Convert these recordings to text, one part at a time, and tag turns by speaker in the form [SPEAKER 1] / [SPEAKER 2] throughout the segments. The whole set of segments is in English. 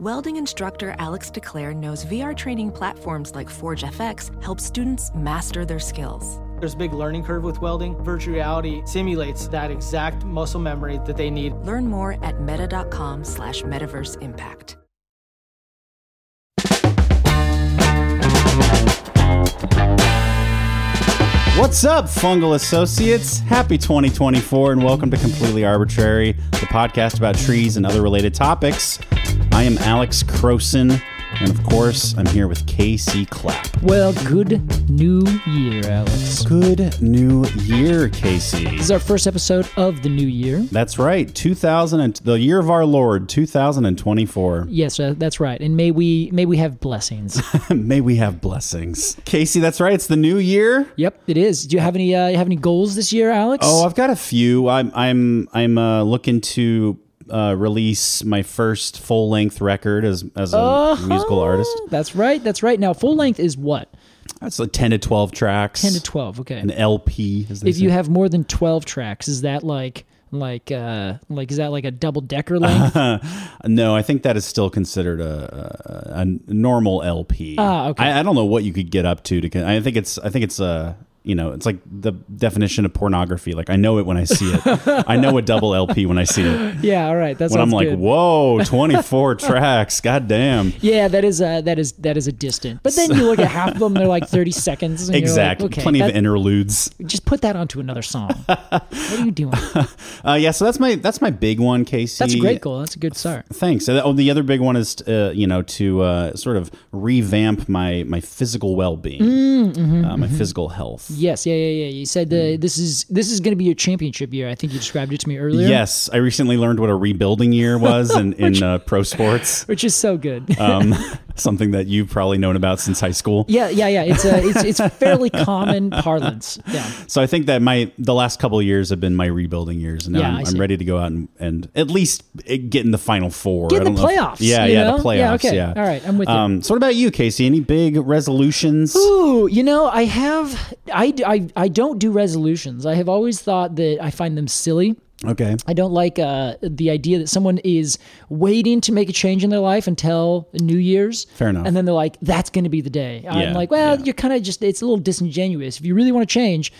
[SPEAKER 1] Welding instructor Alex DeClaire knows VR training platforms like Forge FX help students master their skills.
[SPEAKER 2] There's a big learning curve with welding. Virtual reality simulates that exact muscle memory that they need.
[SPEAKER 1] Learn more at meta.com slash metaverse impact.
[SPEAKER 3] What's up, Fungal Associates? Happy 2024 and welcome to Completely Arbitrary, the podcast about trees and other related topics. I am Alex Croson, and of course, I'm here with KC Clapp.
[SPEAKER 4] Well, good new year, Alex.
[SPEAKER 3] Good new year, KC.
[SPEAKER 4] This is our first episode of the new year.
[SPEAKER 3] That's right, 2000 and the year of our Lord, 2024.
[SPEAKER 4] Yes, uh, that's right. And may we may we have blessings.
[SPEAKER 3] May we have blessings. Casey, that's right, it's the new year.
[SPEAKER 4] yep, it is. Do you have any uh, you have any goals this year, Alex?
[SPEAKER 3] Oh, I've got a few. I'm I'm I'm uh, looking to uh, release my first full length record as as a
[SPEAKER 4] Uh-huh.
[SPEAKER 3] musical artist.
[SPEAKER 4] Oh, that's right. That's right. Now, full length is what
[SPEAKER 3] That's like ten to twelve tracks.
[SPEAKER 4] ten to twelve. Okay.
[SPEAKER 3] An LP. As they
[SPEAKER 4] if you
[SPEAKER 3] say.
[SPEAKER 4] have more than twelve tracks, is that like like uh like is that like a double decker length?
[SPEAKER 3] no, I think that is still considered a a, a normal LP.
[SPEAKER 4] Ah, okay.
[SPEAKER 3] I, I don't know what you could get up to to. con- I think it's I think it's uh, you know it's like the definition of pornography. Like I know it when I see it. I know a double LP when I see it.
[SPEAKER 4] yeah. All right. That's
[SPEAKER 3] When I'm like,
[SPEAKER 4] good.
[SPEAKER 3] whoa, 24 tracks, god damn.
[SPEAKER 4] Yeah, that is uh that is that is a distant. But then you look at half of them; they're like thirty seconds. And you're like,
[SPEAKER 3] Exactly.
[SPEAKER 4] okay,
[SPEAKER 3] Plenty
[SPEAKER 4] that-
[SPEAKER 3] of interludes.
[SPEAKER 4] just put that onto another song. what are you doing?
[SPEAKER 3] Uh, yeah, so that's my that's my big one, Casey.
[SPEAKER 4] That's a great goal. That's a good start.
[SPEAKER 3] Thanks. So that- oh, the other big one is uh, you know to uh, sort of revamp my my physical well being, uh, my physical health.
[SPEAKER 4] Yes, Mm, mm-hmm, yeah, yeah, yeah. You said uh, this is this is going to be your championship year. I think you described it to me earlier.
[SPEAKER 3] Yes, I recently learned what a rebuilding year was in, in uh, pro sports.
[SPEAKER 4] which is so good.
[SPEAKER 3] Um, something that you've probably known about since high school.
[SPEAKER 4] yeah, yeah, yeah. It's a it's it's fairly common parlance. Yeah.
[SPEAKER 3] So I think that my the last couple of years have been my rebuilding years, and now
[SPEAKER 4] Yeah, I
[SPEAKER 3] I'm, I'm
[SPEAKER 4] see.
[SPEAKER 3] ready to go out and, and at least eh, get in the final four.
[SPEAKER 4] Get in
[SPEAKER 3] I
[SPEAKER 4] the
[SPEAKER 3] don't know if-
[SPEAKER 4] playoffs,
[SPEAKER 3] yeah,
[SPEAKER 4] you
[SPEAKER 3] yeah, the
[SPEAKER 4] know?
[SPEAKER 3] playoffs.
[SPEAKER 4] Yeah, okay.
[SPEAKER 3] yeah.
[SPEAKER 4] All right, I'm with you.
[SPEAKER 3] Um, so what about you, Casey? Any big resolutions?
[SPEAKER 4] Ooh, you know, I have I, d- I I don't do resolutions. I have always thought that I find them silly.
[SPEAKER 3] Okay.
[SPEAKER 4] I don't like uh, the idea that someone is waiting to make a change in their life until New Year's.
[SPEAKER 3] Fair enough.
[SPEAKER 4] And then they're like, that's going to be the day.
[SPEAKER 3] Yeah,
[SPEAKER 4] I'm like, well,
[SPEAKER 3] yeah.
[SPEAKER 4] you're kind of just, it's a little disingenuous. If you really want to change,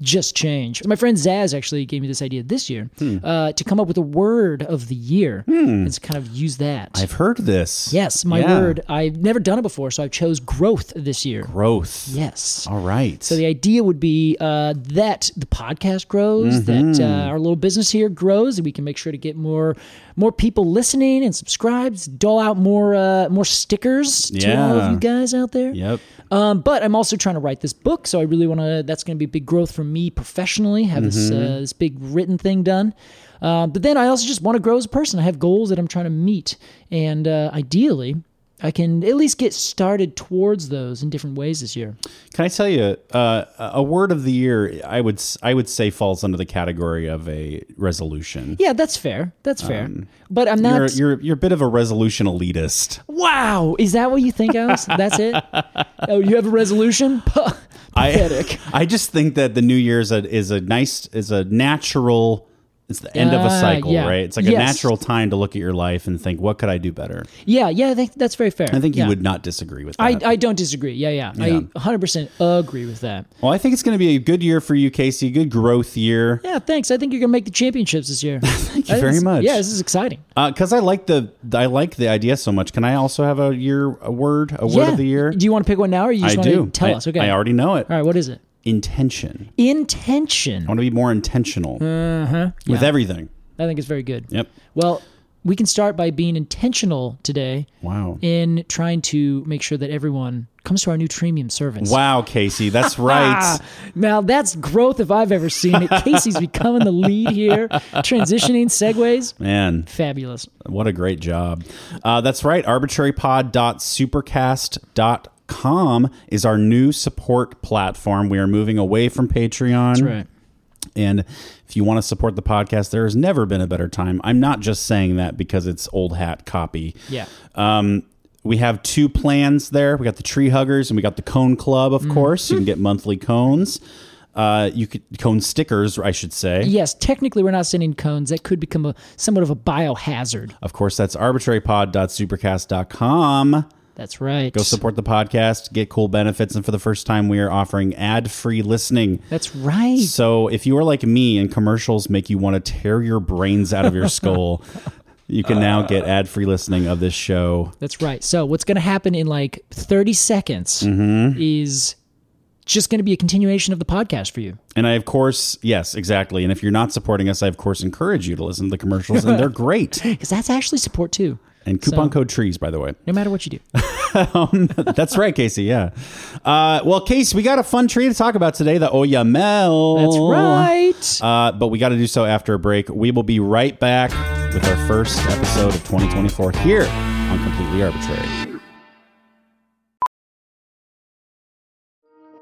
[SPEAKER 4] just change. My friend Zaz actually gave me this idea this year
[SPEAKER 3] Hmm.
[SPEAKER 4] uh, to come up with a word of the year and to kind of use that.
[SPEAKER 3] I've heard this.
[SPEAKER 4] yes, my
[SPEAKER 3] Yeah.
[SPEAKER 4] word. I've never done it before, so I chose growth this year.
[SPEAKER 3] Growth.
[SPEAKER 4] Yes.
[SPEAKER 3] All right.
[SPEAKER 4] So the idea would be uh, that the podcast grows,
[SPEAKER 3] Mm-hmm.
[SPEAKER 4] that uh, our little business here grows, and we can make sure to get more more people listening and subscribes, dole out more uh, more stickers to all
[SPEAKER 3] Yeah.
[SPEAKER 4] of you guys out there.
[SPEAKER 3] Yep.
[SPEAKER 4] Um, but I'm also trying to write this book, so I really want to. That's going to be big growth for me professionally. Have this
[SPEAKER 3] Mm-hmm.
[SPEAKER 4] uh, this big written thing done. Um, but then I also just want to grow as a person. I have goals that I'm trying to meet, and uh, ideally, I can at least get started towards those in different ways this year.
[SPEAKER 3] Can I tell you uh, a word of the year? I would s- I would say falls under the category of a resolution.
[SPEAKER 4] Yeah, that's fair. That's fair. but I'm
[SPEAKER 3] Um, You're,
[SPEAKER 4] not.
[SPEAKER 3] you're you're a bit of a resolution elitist.
[SPEAKER 4] wow, is that what you think, Alex? that's it. Oh, you have a resolution? Puh, Pathetic.
[SPEAKER 3] I, I just think that the new year is a is a nice is a natural. It's the end of a
[SPEAKER 4] Ah,
[SPEAKER 3] cycle,
[SPEAKER 4] yeah.
[SPEAKER 3] right? It's like a
[SPEAKER 4] Yes.
[SPEAKER 3] natural time to look at your life and think, what could I do better?
[SPEAKER 4] yeah, yeah. I think that's very fair.
[SPEAKER 3] I think you
[SPEAKER 4] Yeah.
[SPEAKER 3] would not disagree with
[SPEAKER 4] I,
[SPEAKER 3] that.
[SPEAKER 4] I don't disagree. Yeah, yeah. I 100% agree with that.
[SPEAKER 3] well, I think it's going to be a good year for you, Casey. Good growth year.
[SPEAKER 4] Yeah, thanks. I think you're gonna make the championships this year. Thank
[SPEAKER 3] you very much.
[SPEAKER 4] Yeah, this is exciting.
[SPEAKER 3] Because I like the I like the idea so much. Can I also have a year a word a word
[SPEAKER 4] yeah.
[SPEAKER 3] of the year?
[SPEAKER 4] Do you want to pick one now, or you
[SPEAKER 3] I
[SPEAKER 4] just want
[SPEAKER 3] do.
[SPEAKER 4] to tell
[SPEAKER 3] I-
[SPEAKER 4] us? Okay.
[SPEAKER 3] I already know it.
[SPEAKER 4] All right. What is it?
[SPEAKER 3] Intention.
[SPEAKER 4] Intention. Uh-huh.
[SPEAKER 3] I want to be more intentional with everything.
[SPEAKER 4] I think it's very good.
[SPEAKER 3] Yep.
[SPEAKER 4] Well, we can start by being intentional today
[SPEAKER 3] Wow.
[SPEAKER 4] in trying to make sure that everyone comes to our new Tremium service.
[SPEAKER 3] Wow, Casey, that's right.
[SPEAKER 4] Now that's growth if I've ever seen it. Casey's becoming the lead here, transitioning segues.
[SPEAKER 3] Man,
[SPEAKER 4] Fabulous.
[SPEAKER 3] what a great job. Uh, that's right. Arbitrarypod.supercast.com is our new support platform. We are moving away from Patreon.
[SPEAKER 4] That's right.
[SPEAKER 3] And if you want to support the podcast, there has never been a better time. I'm not just saying that because it's old hat copy.
[SPEAKER 4] Yeah.
[SPEAKER 3] Um, we have two plans there. We got the tree huggers and we got the cone club,
[SPEAKER 4] Mm.
[SPEAKER 3] of course. You can get monthly cones. Uh, you could cone stickers, I should say.
[SPEAKER 4] Yes, technically we're not sending cones. That could become a somewhat of a biohazard.
[SPEAKER 3] Of course, that's arbitrarypod.supercast.com.
[SPEAKER 4] That's right.
[SPEAKER 3] Go support the podcast, get cool benefits, and for the first time, we are offering ad-free listening.
[SPEAKER 4] That's right.
[SPEAKER 3] So if you are like me and commercials make you want to tear your brains out of your skull, you can now get ad-free listening of this show.
[SPEAKER 4] That's right. So what's going to happen in like 30 seconds
[SPEAKER 3] Mm-hmm.
[SPEAKER 4] is just going to be a continuation of the podcast for you.
[SPEAKER 3] And I, of course, yes, exactly. And if you're not supporting us, I, of course, encourage you to listen to the commercials, and they're great.
[SPEAKER 4] Because that's actually support too,
[SPEAKER 3] And coupon code trees, by the way. Um,
[SPEAKER 4] no matter what you do.
[SPEAKER 3] That's right, Casey. Yeah. Uh, well, Casey, we got a fun tree to talk about today, the Oyamel.
[SPEAKER 4] That's right.
[SPEAKER 3] Uh, but we got to do so after a break. We will be right back with our first episode of 2024 here on Completely Arbitrary.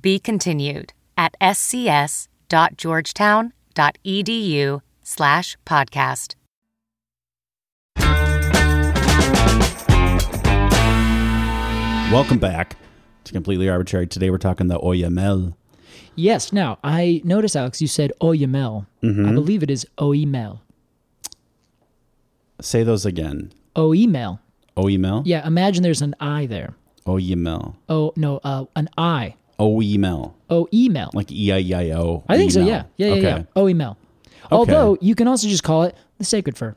[SPEAKER 5] Be continued at scs.georgetown.edu E slash podcast.
[SPEAKER 3] Welcome back to Completely Arbitrary. Today we're talking the E Oyamel.
[SPEAKER 4] Yes. Now, I noticed, Alex, you said Oyamel.
[SPEAKER 3] Mm-hmm.
[SPEAKER 4] I believe it is "oh, Oemel.
[SPEAKER 3] Say those again. E
[SPEAKER 4] Oemel.
[SPEAKER 3] Oyamel?
[SPEAKER 4] "Oh, Yeah, imagine there's an I there.
[SPEAKER 3] E Oyamel.
[SPEAKER 4] Oh, no, uh, an I.
[SPEAKER 3] Oyamel.
[SPEAKER 4] Oemel.
[SPEAKER 3] E Like E E-I-E-I-O.
[SPEAKER 4] I think so,
[SPEAKER 3] Oemel.
[SPEAKER 4] yeah. Yeah, yeah, yeah.
[SPEAKER 3] E Okay.
[SPEAKER 4] Oemel. Although, you can also just call it the sacred fur.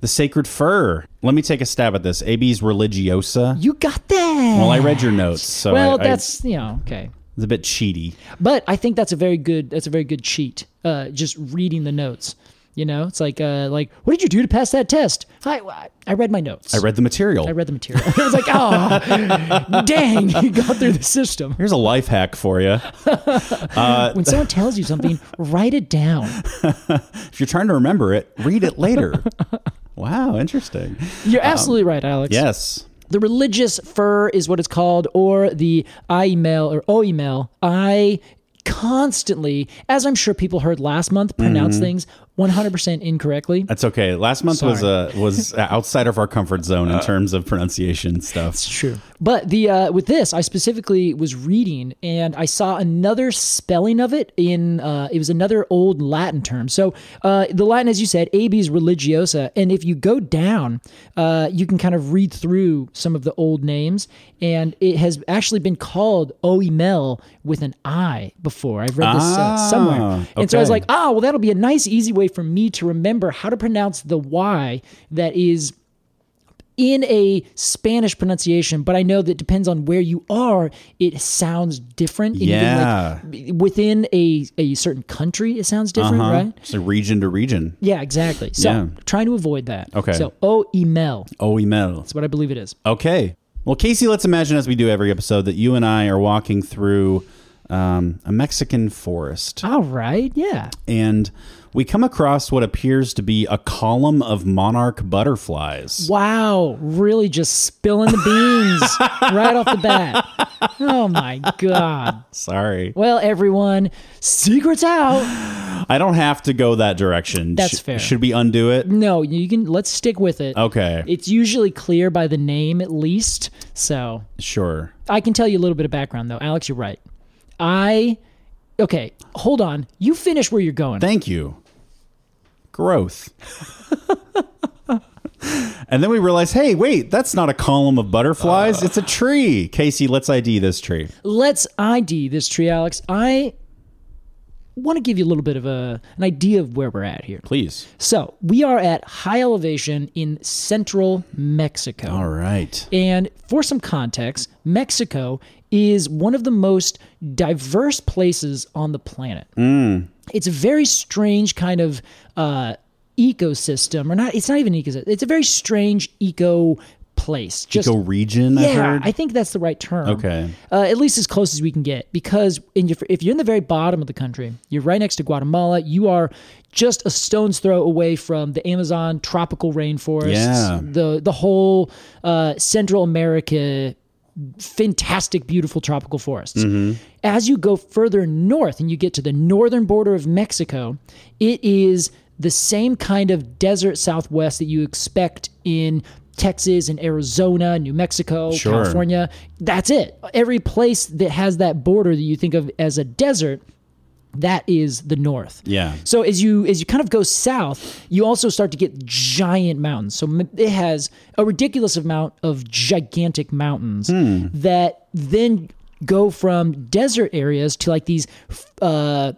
[SPEAKER 3] The Sacred Fur. Let me take a stab at this. AB's Religiosa.
[SPEAKER 4] You got that.
[SPEAKER 3] Well, I read your notes, so
[SPEAKER 4] well,
[SPEAKER 3] I- I-
[SPEAKER 4] that's, you know, okay.
[SPEAKER 3] it's a bit cheaty.
[SPEAKER 4] But I think that's a very good that's a very good cheat. Uh, just reading the notes. You know, it's like uh, like what did you do to pass that test? I I- I read my notes.
[SPEAKER 3] I read the material.
[SPEAKER 4] I read the material. it was like, oh, dang, you got through the system.
[SPEAKER 3] Here's a life hack for you.
[SPEAKER 4] When someone tells you something, write it down.
[SPEAKER 3] If you're trying to remember it, read it later. wow, interesting.
[SPEAKER 4] You're absolutely right, Alex.
[SPEAKER 3] Yes.
[SPEAKER 4] The religious fur is what it's called, or the I email or O email. I constantly, as I'm sure people heard last month, pronounce things 100% incorrectly.
[SPEAKER 3] That's okay. Last month was uh, was outside of our comfort zone
[SPEAKER 4] Uh.
[SPEAKER 3] in terms of pronunciation stuff.
[SPEAKER 4] True. But the uh, with this, I specifically was reading and I saw another spelling of it in uh, it was another old Latin term. So uh, the Latin, as you said, AB's religiosa, and if you go down, uh, you can kind of read through some of the old names, and it has actually been called Oemel with an I before. I've read this uh, somewhere,
[SPEAKER 3] Ah,
[SPEAKER 4] and so I was
[SPEAKER 3] okay.
[SPEAKER 4] like, ah, well, that'll be a nice, easy way for me to remember how to pronounce the Y that is in a Spanish pronunciation, but I know that depends on where you are, it sounds different. And you can,
[SPEAKER 3] Yeah.
[SPEAKER 4] like, within a, a certain country, it sounds different, right?
[SPEAKER 3] So Uh-huh. region to region.
[SPEAKER 4] Yeah, exactly. So
[SPEAKER 3] Yeah.
[SPEAKER 4] trying to avoid that.
[SPEAKER 3] Okay.
[SPEAKER 4] So O-E-Mel. That's
[SPEAKER 3] E Oemel.
[SPEAKER 4] what I believe it is.
[SPEAKER 3] Okay. Well, Casey, let's imagine as we do every episode that you and I are walking through um, a Mexican forest.
[SPEAKER 4] All right. Yeah.
[SPEAKER 3] and we come across what appears to be a column of monarch butterflies.
[SPEAKER 4] Wow, really just spilling the beans right off the bat. Oh my God.
[SPEAKER 3] Sorry.
[SPEAKER 4] Well, everyone, secrets out.
[SPEAKER 3] I don't have to go that direction.
[SPEAKER 4] That's fair. Mm.
[SPEAKER 3] Should we undo it?
[SPEAKER 4] No, you can, let's stick with it.
[SPEAKER 3] Okay.
[SPEAKER 4] It's usually clear by the name at least. So
[SPEAKER 3] sure.
[SPEAKER 4] I can tell you a little bit of background though. Alex, you're right. I, okay, hold on. You finish where you're going.
[SPEAKER 3] Thank you. Growth. and then we realize, hey, wait, that's not a column of
[SPEAKER 4] Uh.
[SPEAKER 3] butterflies. it's a tree. Casey, let's ID this tree.
[SPEAKER 4] let's ID this tree, Alex. I want to give you a little bit of a, an idea of where we're at here.
[SPEAKER 3] Please.
[SPEAKER 4] So we are at high elevation in central Mexico.
[SPEAKER 3] All right.
[SPEAKER 4] And for some context, Mexico is one of the most diverse places on the planet. It's a very strange kind of uh, ecosystem, or not, it's not even an ecosystem, it's a very strange eco place. Just,
[SPEAKER 3] Eco region, I
[SPEAKER 4] yeah,
[SPEAKER 3] heard.
[SPEAKER 4] I think that's the right term.
[SPEAKER 3] okay.
[SPEAKER 4] Uh, at least as close as we can get, because in your, if you're in the very bottom of the country, you're right next to Guatemala. You are just a stone's throw away from the Amazon tropical rainforests,
[SPEAKER 3] Yeah.
[SPEAKER 4] the the whole uh, Central America, fantastic, beautiful tropical forests.
[SPEAKER 3] Mm-hmm.
[SPEAKER 4] As you go further north and you get to the northern border of Mexico, it is the same kind of desert Southwest that you expect in. Texas and Arizona, New Mexico,
[SPEAKER 3] Sure.
[SPEAKER 4] California. California. That's it. Every place that has that border that you think of as a desert, that is the north.
[SPEAKER 3] Yeah.
[SPEAKER 4] So as you as you kind of go south, you also start to get giant mountains. So m- it has a ridiculous amount of gigantic mountains
[SPEAKER 3] Hmm.
[SPEAKER 4] that then go from desert areas to like these uh,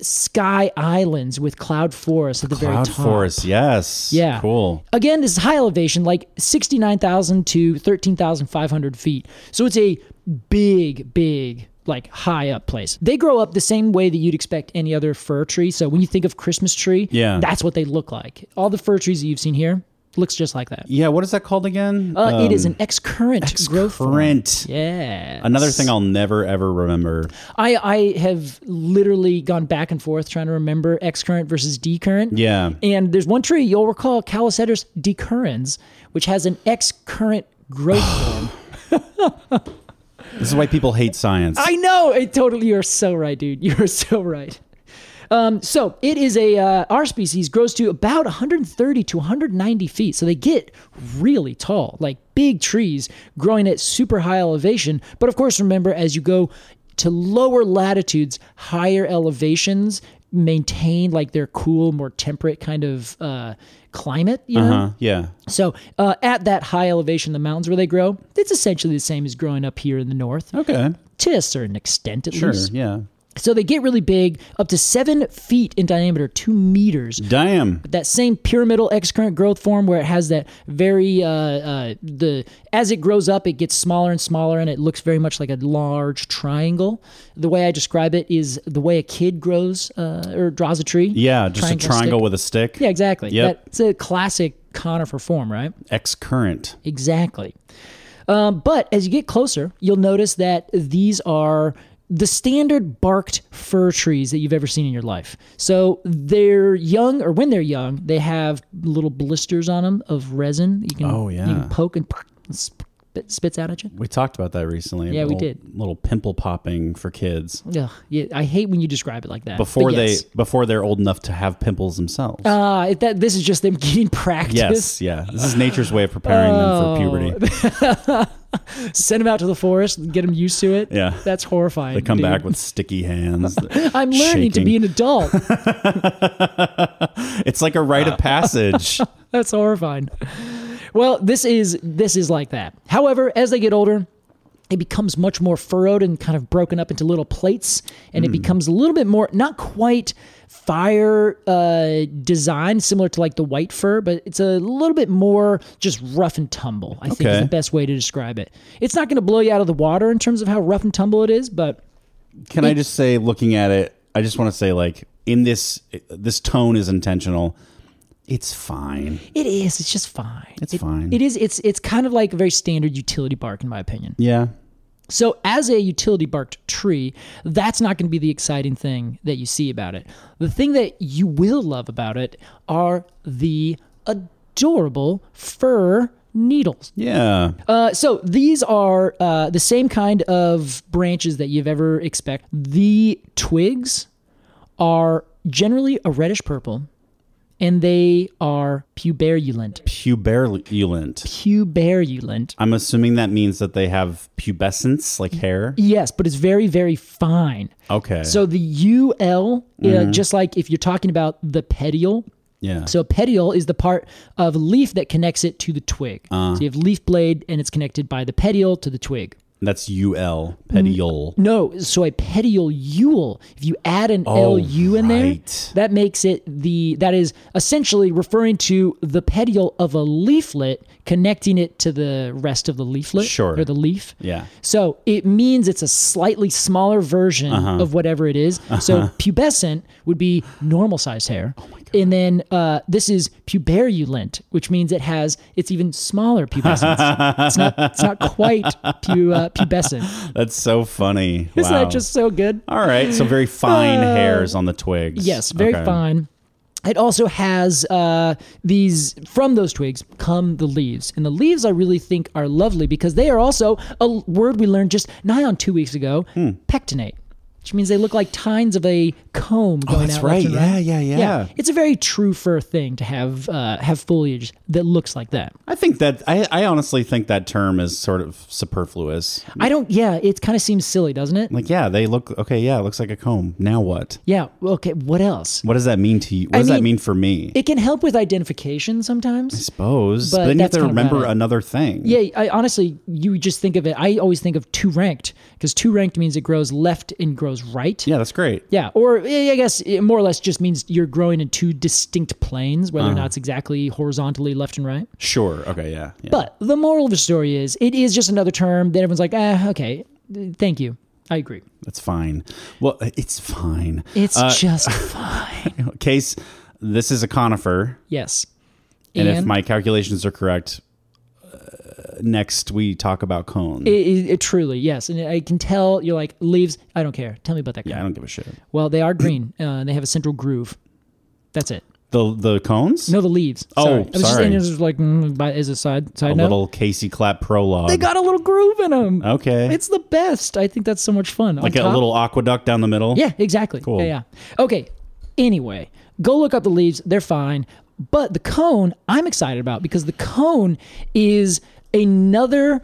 [SPEAKER 4] sky islands with cloud forests at the very
[SPEAKER 3] Cloud
[SPEAKER 4] top.
[SPEAKER 3] forest. Yes.
[SPEAKER 4] Yeah.
[SPEAKER 3] Cool.
[SPEAKER 4] Again, this is high elevation, like 69,000 to 13,500 feet. So it's a big, big, like high up place. They grow up the same way that you'd expect any other fir tree. So when you think of Christmas tree,
[SPEAKER 3] Yeah.
[SPEAKER 4] that's what they look like. All the fir trees that you've seen here looks just like that.
[SPEAKER 3] Yeah. What is that called again?
[SPEAKER 4] Uh, it
[SPEAKER 3] Um,
[SPEAKER 4] is an excurrent growth form.
[SPEAKER 3] Current.
[SPEAKER 4] Yeah.
[SPEAKER 3] Another thing I'll never ever remember.
[SPEAKER 4] I, I have literally gone back and forth trying to remember X current versus D current.
[SPEAKER 3] Yeah.
[SPEAKER 4] And there's one tree you'll recall, Calicetus decurrens, which has an X current growth form.
[SPEAKER 3] This is why people hate science.
[SPEAKER 4] I know it totally. You're so right, dude. You're so right. Um, so it is a uh, our species grows to about 130 to 190 feet, so they get really tall, like big trees growing at super high elevation. But of course, remember as you go to lower latitudes, higher elevations maintain like their cool, more temperate kind of uh, climate. You know,
[SPEAKER 3] Huh? Yeah.
[SPEAKER 4] so uh, at that high elevation, the mountains where they grow, it's essentially the same as growing up here in the north
[SPEAKER 3] Okay.
[SPEAKER 4] to a certain extent at
[SPEAKER 3] Sure.
[SPEAKER 4] least.
[SPEAKER 3] Yeah.
[SPEAKER 4] So they get really big, up to seven feet in diameter, two meters.
[SPEAKER 3] Damn.
[SPEAKER 4] That same pyramidal excurrent growth form where it has that very uh, uh, the as it grows up, it gets smaller and smaller, and it looks very much like a large triangle. The way I describe it is the way a kid grows uh, or draws a tree.
[SPEAKER 3] Yeah. Just a triangle
[SPEAKER 4] stick.
[SPEAKER 3] with a stick.
[SPEAKER 4] yeah, exactly.
[SPEAKER 3] Yep.
[SPEAKER 4] That's a classic conifer form, right?
[SPEAKER 3] X current.
[SPEAKER 4] Exactly. Um, but as you get closer, you'll notice that these are the standard barked fir trees that you've ever seen in your life. So they're young, or when they're young, they have little blisters on them of resin. that You can,
[SPEAKER 3] Oh, yeah.
[SPEAKER 4] you can poke and sp- spits out at you.
[SPEAKER 3] We talked about that recently.
[SPEAKER 4] Yeah, we
[SPEAKER 3] Little-
[SPEAKER 4] did.
[SPEAKER 3] Little pimple popping for kids
[SPEAKER 4] Ugh, yeah, I hate when you describe it like that.
[SPEAKER 3] before
[SPEAKER 4] But yes.
[SPEAKER 3] they before they're old enough to have pimples themselves.
[SPEAKER 4] Ah, it- that this is just them getting practice.
[SPEAKER 3] yes, yeah. This is nature's way of preparing
[SPEAKER 4] Oh.
[SPEAKER 3] them for puberty.
[SPEAKER 4] Send them out to the forest, get them used to it.
[SPEAKER 3] Yeah.
[SPEAKER 4] That's horrifying.
[SPEAKER 3] They come
[SPEAKER 4] dude.
[SPEAKER 3] back with sticky hands.
[SPEAKER 4] I'm learning to be an adult.
[SPEAKER 3] It's like a rite of passage.
[SPEAKER 4] That's horrifying. Well, this is this is like that. However, as they get older, it becomes much more furrowed and kind of broken up into little plates, and
[SPEAKER 3] Hmm.
[SPEAKER 4] it becomes a little bit more not quite fire uh, design, similar to like the white fur, but it's a little bit more just rough and tumble. I think is
[SPEAKER 3] Okay.
[SPEAKER 4] the best way to describe it. It's not going to blow you out of the water in terms of how rough and tumble it is, but
[SPEAKER 3] Can I just say, looking at it, I just want to say, like, in this, this tone is intentional. It's fine.
[SPEAKER 4] it is. It's just fine.
[SPEAKER 3] It's
[SPEAKER 4] It-
[SPEAKER 3] fine.
[SPEAKER 4] It is. It's it's kind of like a very standard utility bark, in my opinion.
[SPEAKER 3] Yeah.
[SPEAKER 4] So, as a utility barked tree, that's not going to be the exciting thing that you see about it. The thing that you will love about it are the adorable fir needles.
[SPEAKER 3] Yeah.
[SPEAKER 4] Uh, so these are uh, the same kind of branches that you've ever expect. The twigs are generally a reddish purple, and they are puberulent.
[SPEAKER 3] Puberulent.
[SPEAKER 4] Puberulent.
[SPEAKER 3] I'm assuming that means that they have pubescence, like hair.
[SPEAKER 4] Yes, but it's very, very fine.
[SPEAKER 3] Okay.
[SPEAKER 4] So the UL, uh, just like if you're talking about the petiole,
[SPEAKER 3] yeah.
[SPEAKER 4] So a petiole is the part of leaf that connects it to the twig. So you have leaf blade and it's connected by the petiole to the twig.
[SPEAKER 3] that's UL
[SPEAKER 4] Mm.
[SPEAKER 3] petiole.
[SPEAKER 4] No, so a petiole ule. If you add an
[SPEAKER 3] Oh,
[SPEAKER 4] lu in
[SPEAKER 3] right.
[SPEAKER 4] there, that makes it the that is essentially referring to the petiole of a leaflet connecting it to the rest of the leaflet
[SPEAKER 3] Sure.
[SPEAKER 4] or the leaf.
[SPEAKER 3] Yeah.
[SPEAKER 4] So it means it's a slightly smaller version
[SPEAKER 3] Uh-huh.
[SPEAKER 4] of whatever it is. So pubescent would be normal sized hair.
[SPEAKER 3] Oh
[SPEAKER 4] And then uh, this is puberulent, which means it has it's even smaller pubescence. it's not it's not quite pu, uh, pubescent.
[SPEAKER 3] That's so funny.
[SPEAKER 4] Isn't
[SPEAKER 3] wow.
[SPEAKER 4] that just so good?
[SPEAKER 3] All right. So very fine hairs on the twigs.
[SPEAKER 4] Yes, very
[SPEAKER 3] Okay.
[SPEAKER 4] fine. It also has uh, these from those twigs come the leaves, and the leaves I really think are lovely because they are also a l- word we learned just nigh on two weeks ago,
[SPEAKER 3] Hmm.
[SPEAKER 4] pectinate, which means they look like tines of a comb going
[SPEAKER 3] Oh, that's
[SPEAKER 4] out.
[SPEAKER 3] right.
[SPEAKER 4] left and
[SPEAKER 3] Yeah, yeah, yeah.
[SPEAKER 4] It's a very true fur thing to have uh, have foliage that looks like that.
[SPEAKER 3] I think that I, I honestly think that term is sort of superfluous.
[SPEAKER 4] I don't. Yeah, it kind of seems silly, doesn't it?
[SPEAKER 3] Like, yeah, they look okay. Yeah, it looks like a comb. Now what?
[SPEAKER 4] yeah. Okay. What else?
[SPEAKER 3] What does that mean to you? What
[SPEAKER 4] I
[SPEAKER 3] does that
[SPEAKER 4] mean-
[SPEAKER 3] mean for me?
[SPEAKER 4] It can help with identification sometimes.
[SPEAKER 3] I suppose. But,
[SPEAKER 4] But
[SPEAKER 3] then you have
[SPEAKER 4] that's
[SPEAKER 3] to
[SPEAKER 4] kinda about
[SPEAKER 3] remember
[SPEAKER 4] it.
[SPEAKER 3] another thing.
[SPEAKER 4] Yeah, I, honestly, you just think of it. I always think of two ranked because two ranked means it grows left and grows right.
[SPEAKER 3] Yeah, that's great.
[SPEAKER 4] Yeah, or eh, I guess it more or less just means you're growing in two distinct planes, whether or
[SPEAKER 3] Uh-huh.
[SPEAKER 4] not it's exactly horizontally left and right.
[SPEAKER 3] Sure. Okay. Yeah. yeah.
[SPEAKER 4] But the moral of the story is it is just another term that everyone's like, ah, okay, th- thank you. I agree.
[SPEAKER 3] That's fine. Well, it's fine.
[SPEAKER 4] It's just fine.
[SPEAKER 3] Case, this is a conifer,
[SPEAKER 4] Yes.
[SPEAKER 3] and, if my calculations are correct, uh, next we talk about cone.
[SPEAKER 4] it, it, it truly, yes. And I can tell you're like, leaves, I don't care. Tell me about that.
[SPEAKER 3] yeah, I
[SPEAKER 4] cone."
[SPEAKER 3] don't give a shit.
[SPEAKER 4] Well, they are green. uh, they have a central groove. That's it.
[SPEAKER 3] The the cones.
[SPEAKER 4] No, the leaves.
[SPEAKER 3] Oh,
[SPEAKER 4] sorry. I was just
[SPEAKER 3] sorry.
[SPEAKER 4] saying it was like mm, by, as a side side
[SPEAKER 3] a
[SPEAKER 4] note.
[SPEAKER 3] little Casey Clapp prologue.
[SPEAKER 4] they got a little groove in them.
[SPEAKER 3] okay.
[SPEAKER 4] It's the best. I think that's so much fun. On
[SPEAKER 3] like a
[SPEAKER 4] top-
[SPEAKER 3] little aqueduct down the middle.
[SPEAKER 4] Yeah, exactly.
[SPEAKER 3] Cool.
[SPEAKER 4] Yeah, yeah. Okay. Anyway, go look up the leaves. They're fine. But the cone, I'm excited about because the cone is another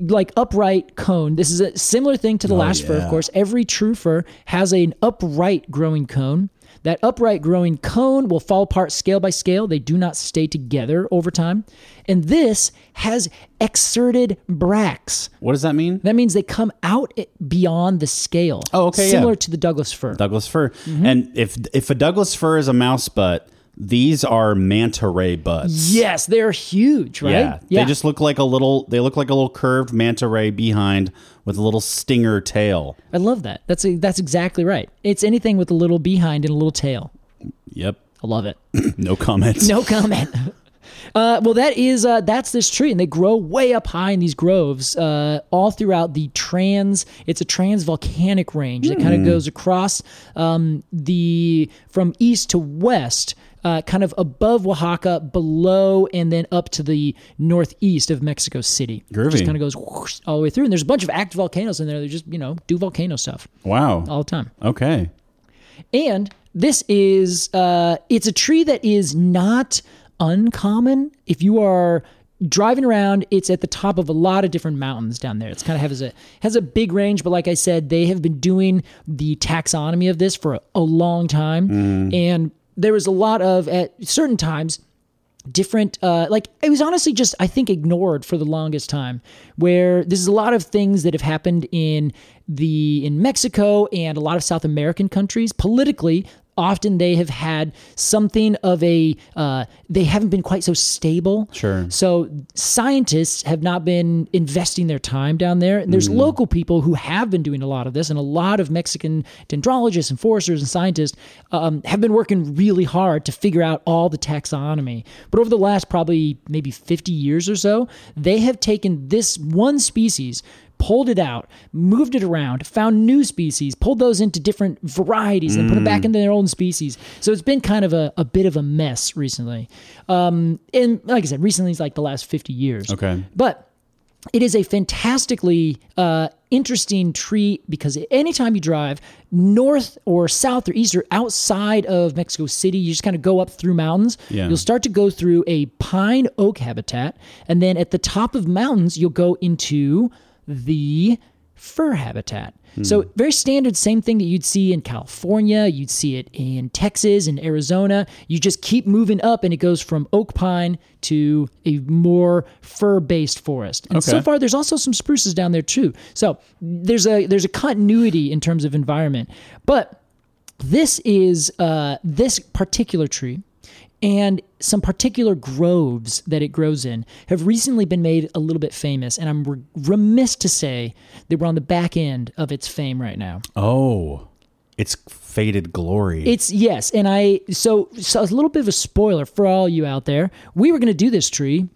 [SPEAKER 4] like upright cone. This is a similar thing to the last fir,
[SPEAKER 3] Oh, yeah.
[SPEAKER 4] of course. Every true fir has an upright growing cone. That upright growing cone will fall apart scale by scale. They do not stay together over time. And this has exerted bracts.
[SPEAKER 3] What does that mean?
[SPEAKER 4] That means they come out i- beyond the scale.
[SPEAKER 3] Oh, okay, yeah.
[SPEAKER 4] Similar to the Douglas fir.
[SPEAKER 3] Douglas fir.
[SPEAKER 4] Mm-hmm.
[SPEAKER 3] And if if a Douglas fir is a mouse butt, these are manta ray butts.
[SPEAKER 4] Yes, they're huge, right?
[SPEAKER 3] Yeah. They just look like a little they look like a little curved manta ray behind with a little stinger tail.
[SPEAKER 4] I love that. That's that's exactly right. It's anything with a little behind and a little tail.
[SPEAKER 3] Yep.
[SPEAKER 4] I love it.
[SPEAKER 3] No comment.
[SPEAKER 4] No comment. Uh, well, that is uh, that's this tree, and they grow way up high in these groves, uh, all throughout the trans. It's a trans volcanic range that kind of goes across um, the from east to west, uh, kind of above Oaxaca, below, and then up to the northeast of Mexico City.
[SPEAKER 3] Groovy.
[SPEAKER 4] Just kind of goes whoosh all the way through, and there's a bunch of active volcanoes in there. They just you know do volcano stuff
[SPEAKER 3] Wow.
[SPEAKER 4] all the time.
[SPEAKER 3] Okay.
[SPEAKER 4] And this is uh, it's a tree that is not uncommon. If you are driving around, it's at the top of a lot of different mountains down there. It's kind of has a has a big range, but like I said, they have been doing the taxonomy of this for a, a long time, and there was a lot of at certain times different uh like it was honestly just i think ignored for the longest time where this is a lot of things that have happened in the in mexico and a lot of south american countries politically often they have had something of a uh they haven't been quite so stable
[SPEAKER 3] Sure.
[SPEAKER 4] so scientists have not been investing their time down there. And there's local people who have been doing a lot of this, and a lot of Mexican dendrologists and foresters and scientists um, have been working really hard to figure out all the taxonomy. But over the last probably maybe 50 years or so, they have taken this one species, pulled it out, moved it around, found new species, pulled those into different varieties, and then put them back into their own species. So it's been kind of a, a bit of a mess recently. Um, and like I said, recently is like the last 50 years.
[SPEAKER 3] Okay.
[SPEAKER 4] But it is a fantastically uh, interesting tree because anytime you drive north or south or east or outside of Mexico City, you just kind of go up through mountains.
[SPEAKER 3] Yeah.
[SPEAKER 4] You'll start to go through a pine oak habitat. And then at the top of mountains, you'll go into the fir habitat. So, very standard, same thing that you'd see in California, you'd see it in Texas and Arizona. You just keep moving up, and it goes from oak pine to a more fir based forest. And so
[SPEAKER 3] Okay.
[SPEAKER 4] far, there's also some spruces down there, too. So, there's a, there's a continuity in terms of environment. But this is uh, this particular tree and some particular groves that it grows in have recently been made a little bit famous and i'm re- remiss to say that we're on the back end of its fame right now
[SPEAKER 3] Oh, it's faded glory.
[SPEAKER 4] it's yes, and I so so a little bit of a spoiler for all you out there. We were going to do this tree mm,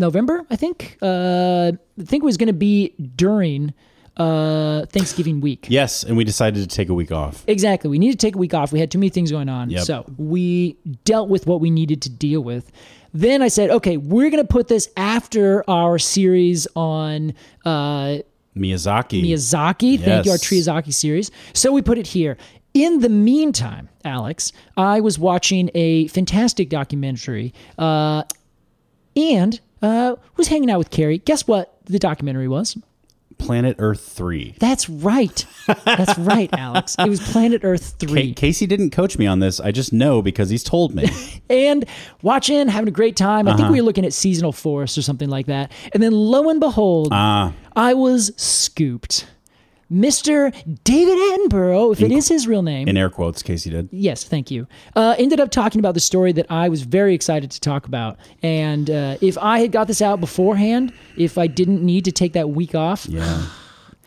[SPEAKER 4] November, I think. Uh, I think it was going to be during uh, Thanksgiving week.
[SPEAKER 3] yes, and we decided to take a week off.
[SPEAKER 4] Exactly. We needed to take a week off. We had too many things going on.
[SPEAKER 3] Yep.
[SPEAKER 4] So we dealt with what we needed to deal with. Then I said, okay, we're going to put this after our series on uh,
[SPEAKER 3] Miyazaki.
[SPEAKER 4] Miyazaki. Thank you, our
[SPEAKER 3] Yes.
[SPEAKER 4] Miyazaki series. So we put it here. In the meantime, Alex, I was watching a fantastic documentary uh, and uh, was hanging out with Carrie. Guess what the documentary was?
[SPEAKER 3] Planet Earth 3.
[SPEAKER 4] That's right. That's right, Alex. It was Planet Earth 3.
[SPEAKER 3] Ca- Casey didn't coach me on this. I just know because he's told me.
[SPEAKER 4] and watching, having a great time. I think
[SPEAKER 3] Uh-huh.
[SPEAKER 4] we were looking at seasonal forest or something like that. And then lo and behold,
[SPEAKER 3] Ah.
[SPEAKER 4] I was scooped. Mr. David Attenborough, if it is his real name.
[SPEAKER 3] In air quotes, Casey did.
[SPEAKER 4] yes, thank you. Uh, ended up talking about the story that I was very excited to talk about. And uh, if I had got this out beforehand, if I didn't need to take that week off,
[SPEAKER 3] Yeah.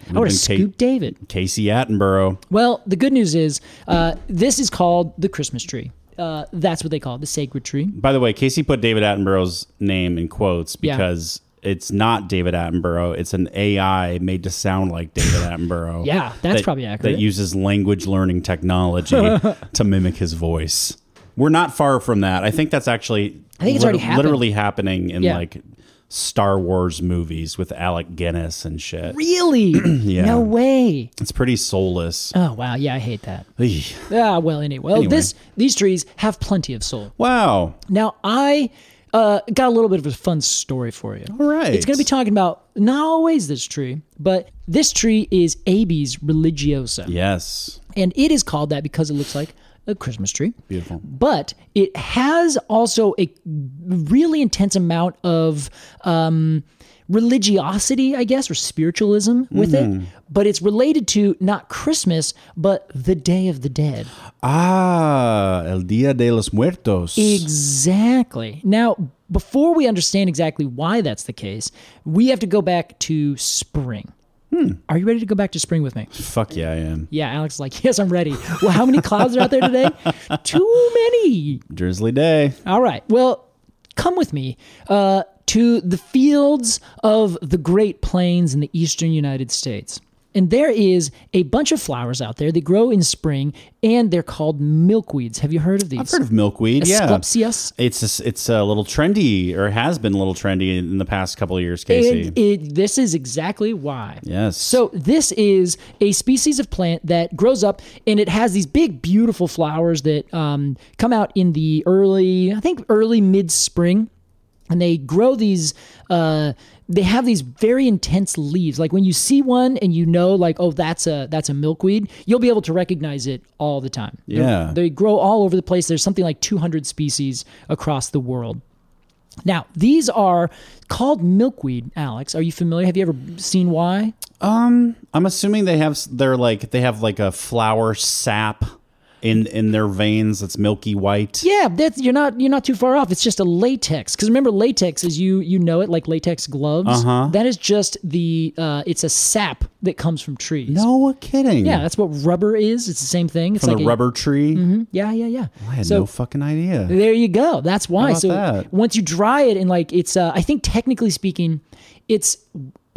[SPEAKER 4] I would have scooped David.
[SPEAKER 3] Casey Attenborough.
[SPEAKER 4] Well, the good news is uh, this is called the Christmas tree. Uh, that's what they call it, the sacred tree.
[SPEAKER 3] By the way, Casey put David Attenborough's name in quotes
[SPEAKER 4] Yeah.
[SPEAKER 3] because it's not David Attenborough. It's an AI made to sound like David Attenborough.
[SPEAKER 4] Yeah, that's
[SPEAKER 3] that-
[SPEAKER 4] probably accurate.
[SPEAKER 3] That uses language learning technology to mimic his voice. We're not far from that. I think that's actually I
[SPEAKER 4] think it's already happened.
[SPEAKER 3] literally happening in
[SPEAKER 4] Yeah.
[SPEAKER 3] like Star Wars movies with Alec Guinness and shit.
[SPEAKER 4] Really? No way.
[SPEAKER 3] It's pretty soulless.
[SPEAKER 4] Oh wow, yeah, I hate that.
[SPEAKER 3] Eey.
[SPEAKER 4] Ah, well, anyway, well, this these trees have plenty of soul.
[SPEAKER 3] Wow.
[SPEAKER 4] Now, I uh, got a little bit of a fun story for you.
[SPEAKER 3] All right.
[SPEAKER 4] It's going to be talking about not always this tree, but this tree is Abies religiosa,
[SPEAKER 3] Yes.
[SPEAKER 4] and it is called that because it looks like a Christmas tree.
[SPEAKER 3] Beautiful.
[SPEAKER 4] But it has also a really intense amount of um, religiosity, I guess, or spiritualism with it. But it's related to not Christmas, but the Day of the Dead.
[SPEAKER 3] Ah, El Dia de los Muertos.
[SPEAKER 4] Exactly. Now, before we understand exactly why that's the case, we have to go back to spring. Are you ready to go back to spring with me?
[SPEAKER 3] Fuck yeah, I am.
[SPEAKER 4] Yeah, Alex is like, yes, I'm ready. Well, how many clouds are out there today? Too many.
[SPEAKER 3] Drizzly day.
[SPEAKER 4] All right. Well, come with me uh, to the fields of the Great Plains in the eastern United States. And there is a bunch of flowers out there. They grow in spring, and they're called milkweeds. Have you heard of these?
[SPEAKER 3] I've heard of milkweed. Yeah.
[SPEAKER 4] Asclepias.
[SPEAKER 3] It's a, s- it's a little trendy, or has been a little trendy in the past couple of years, Casey.
[SPEAKER 4] And it, this is exactly why.
[SPEAKER 3] yes.
[SPEAKER 4] So this is a species of plant that grows up and it has these big, beautiful flowers that um, come out in the early, I think, early mid spring. And they grow these, uh, they have these very intense leaves. Like when you see one and you know, like, oh, that's a that's a milkweed, you'll be able to recognize it all the time. They're-
[SPEAKER 3] Yeah.
[SPEAKER 4] they grow all over the place. There's something like 200 species across the world. Now, these are called milkweed, Alex. Are you familiar? Have you ever seen why?
[SPEAKER 3] I'm assuming they have s- they're like they have like a flower sap in in their veins that's milky white.
[SPEAKER 4] Yeah, that's you're not you're not too far off. It's just a latex because remember latex is you you know it like latex gloves. Uh-huh. is just the uh, it's a sap that comes from trees.
[SPEAKER 3] No kidding.
[SPEAKER 4] Yeah, that's what rubber is. It's the same thing. It's
[SPEAKER 3] from
[SPEAKER 4] like
[SPEAKER 3] the
[SPEAKER 4] a-
[SPEAKER 3] rubber tree.
[SPEAKER 4] Yeah, yeah, yeah.
[SPEAKER 3] I had
[SPEAKER 4] so
[SPEAKER 3] no fucking idea.
[SPEAKER 4] there you go. That's why.
[SPEAKER 3] about
[SPEAKER 4] So
[SPEAKER 3] that?
[SPEAKER 4] once you dry it and like it's uh, I think technically speaking, it's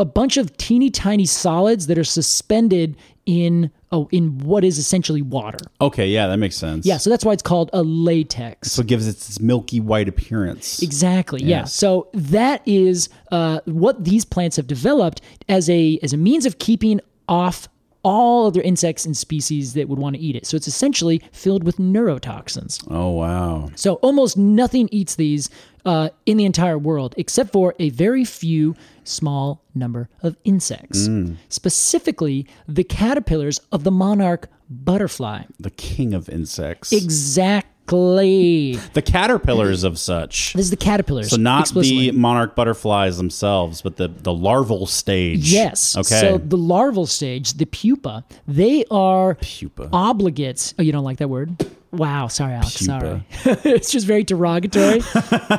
[SPEAKER 4] a bunch of teeny tiny solids that are suspended in oh in what is essentially water.
[SPEAKER 3] Okay, yeah, that makes sense.
[SPEAKER 4] Yeah, so that's why it's called a latex.
[SPEAKER 3] So it gives it this milky white appearance.
[SPEAKER 4] Exactly. Yeah. So that is uh, what these plants have developed as a as a means of keeping off all other insects and species that would want to eat it. So it's essentially filled with neurotoxins.
[SPEAKER 3] Oh wow.
[SPEAKER 4] So almost nothing eats these uh, in the entire world, except for a very few small number of insects,
[SPEAKER 3] Mm.
[SPEAKER 4] specifically the caterpillars of the monarch butterfly.
[SPEAKER 3] The king of insects.
[SPEAKER 4] Exactly. This
[SPEAKER 3] the caterpillars of such.
[SPEAKER 4] is the caterpillars.
[SPEAKER 3] So not
[SPEAKER 4] explicitly.
[SPEAKER 3] the monarch butterflies themselves, but the, the larval stage.
[SPEAKER 4] Yes.
[SPEAKER 3] Okay.
[SPEAKER 4] So the larval stage, the pupa, they are
[SPEAKER 3] Pupa.
[SPEAKER 4] obligates. Oh, you don't like that word? Wow. Sorry, Alex.
[SPEAKER 3] Pupa.
[SPEAKER 4] Sorry. it's just very derogatory.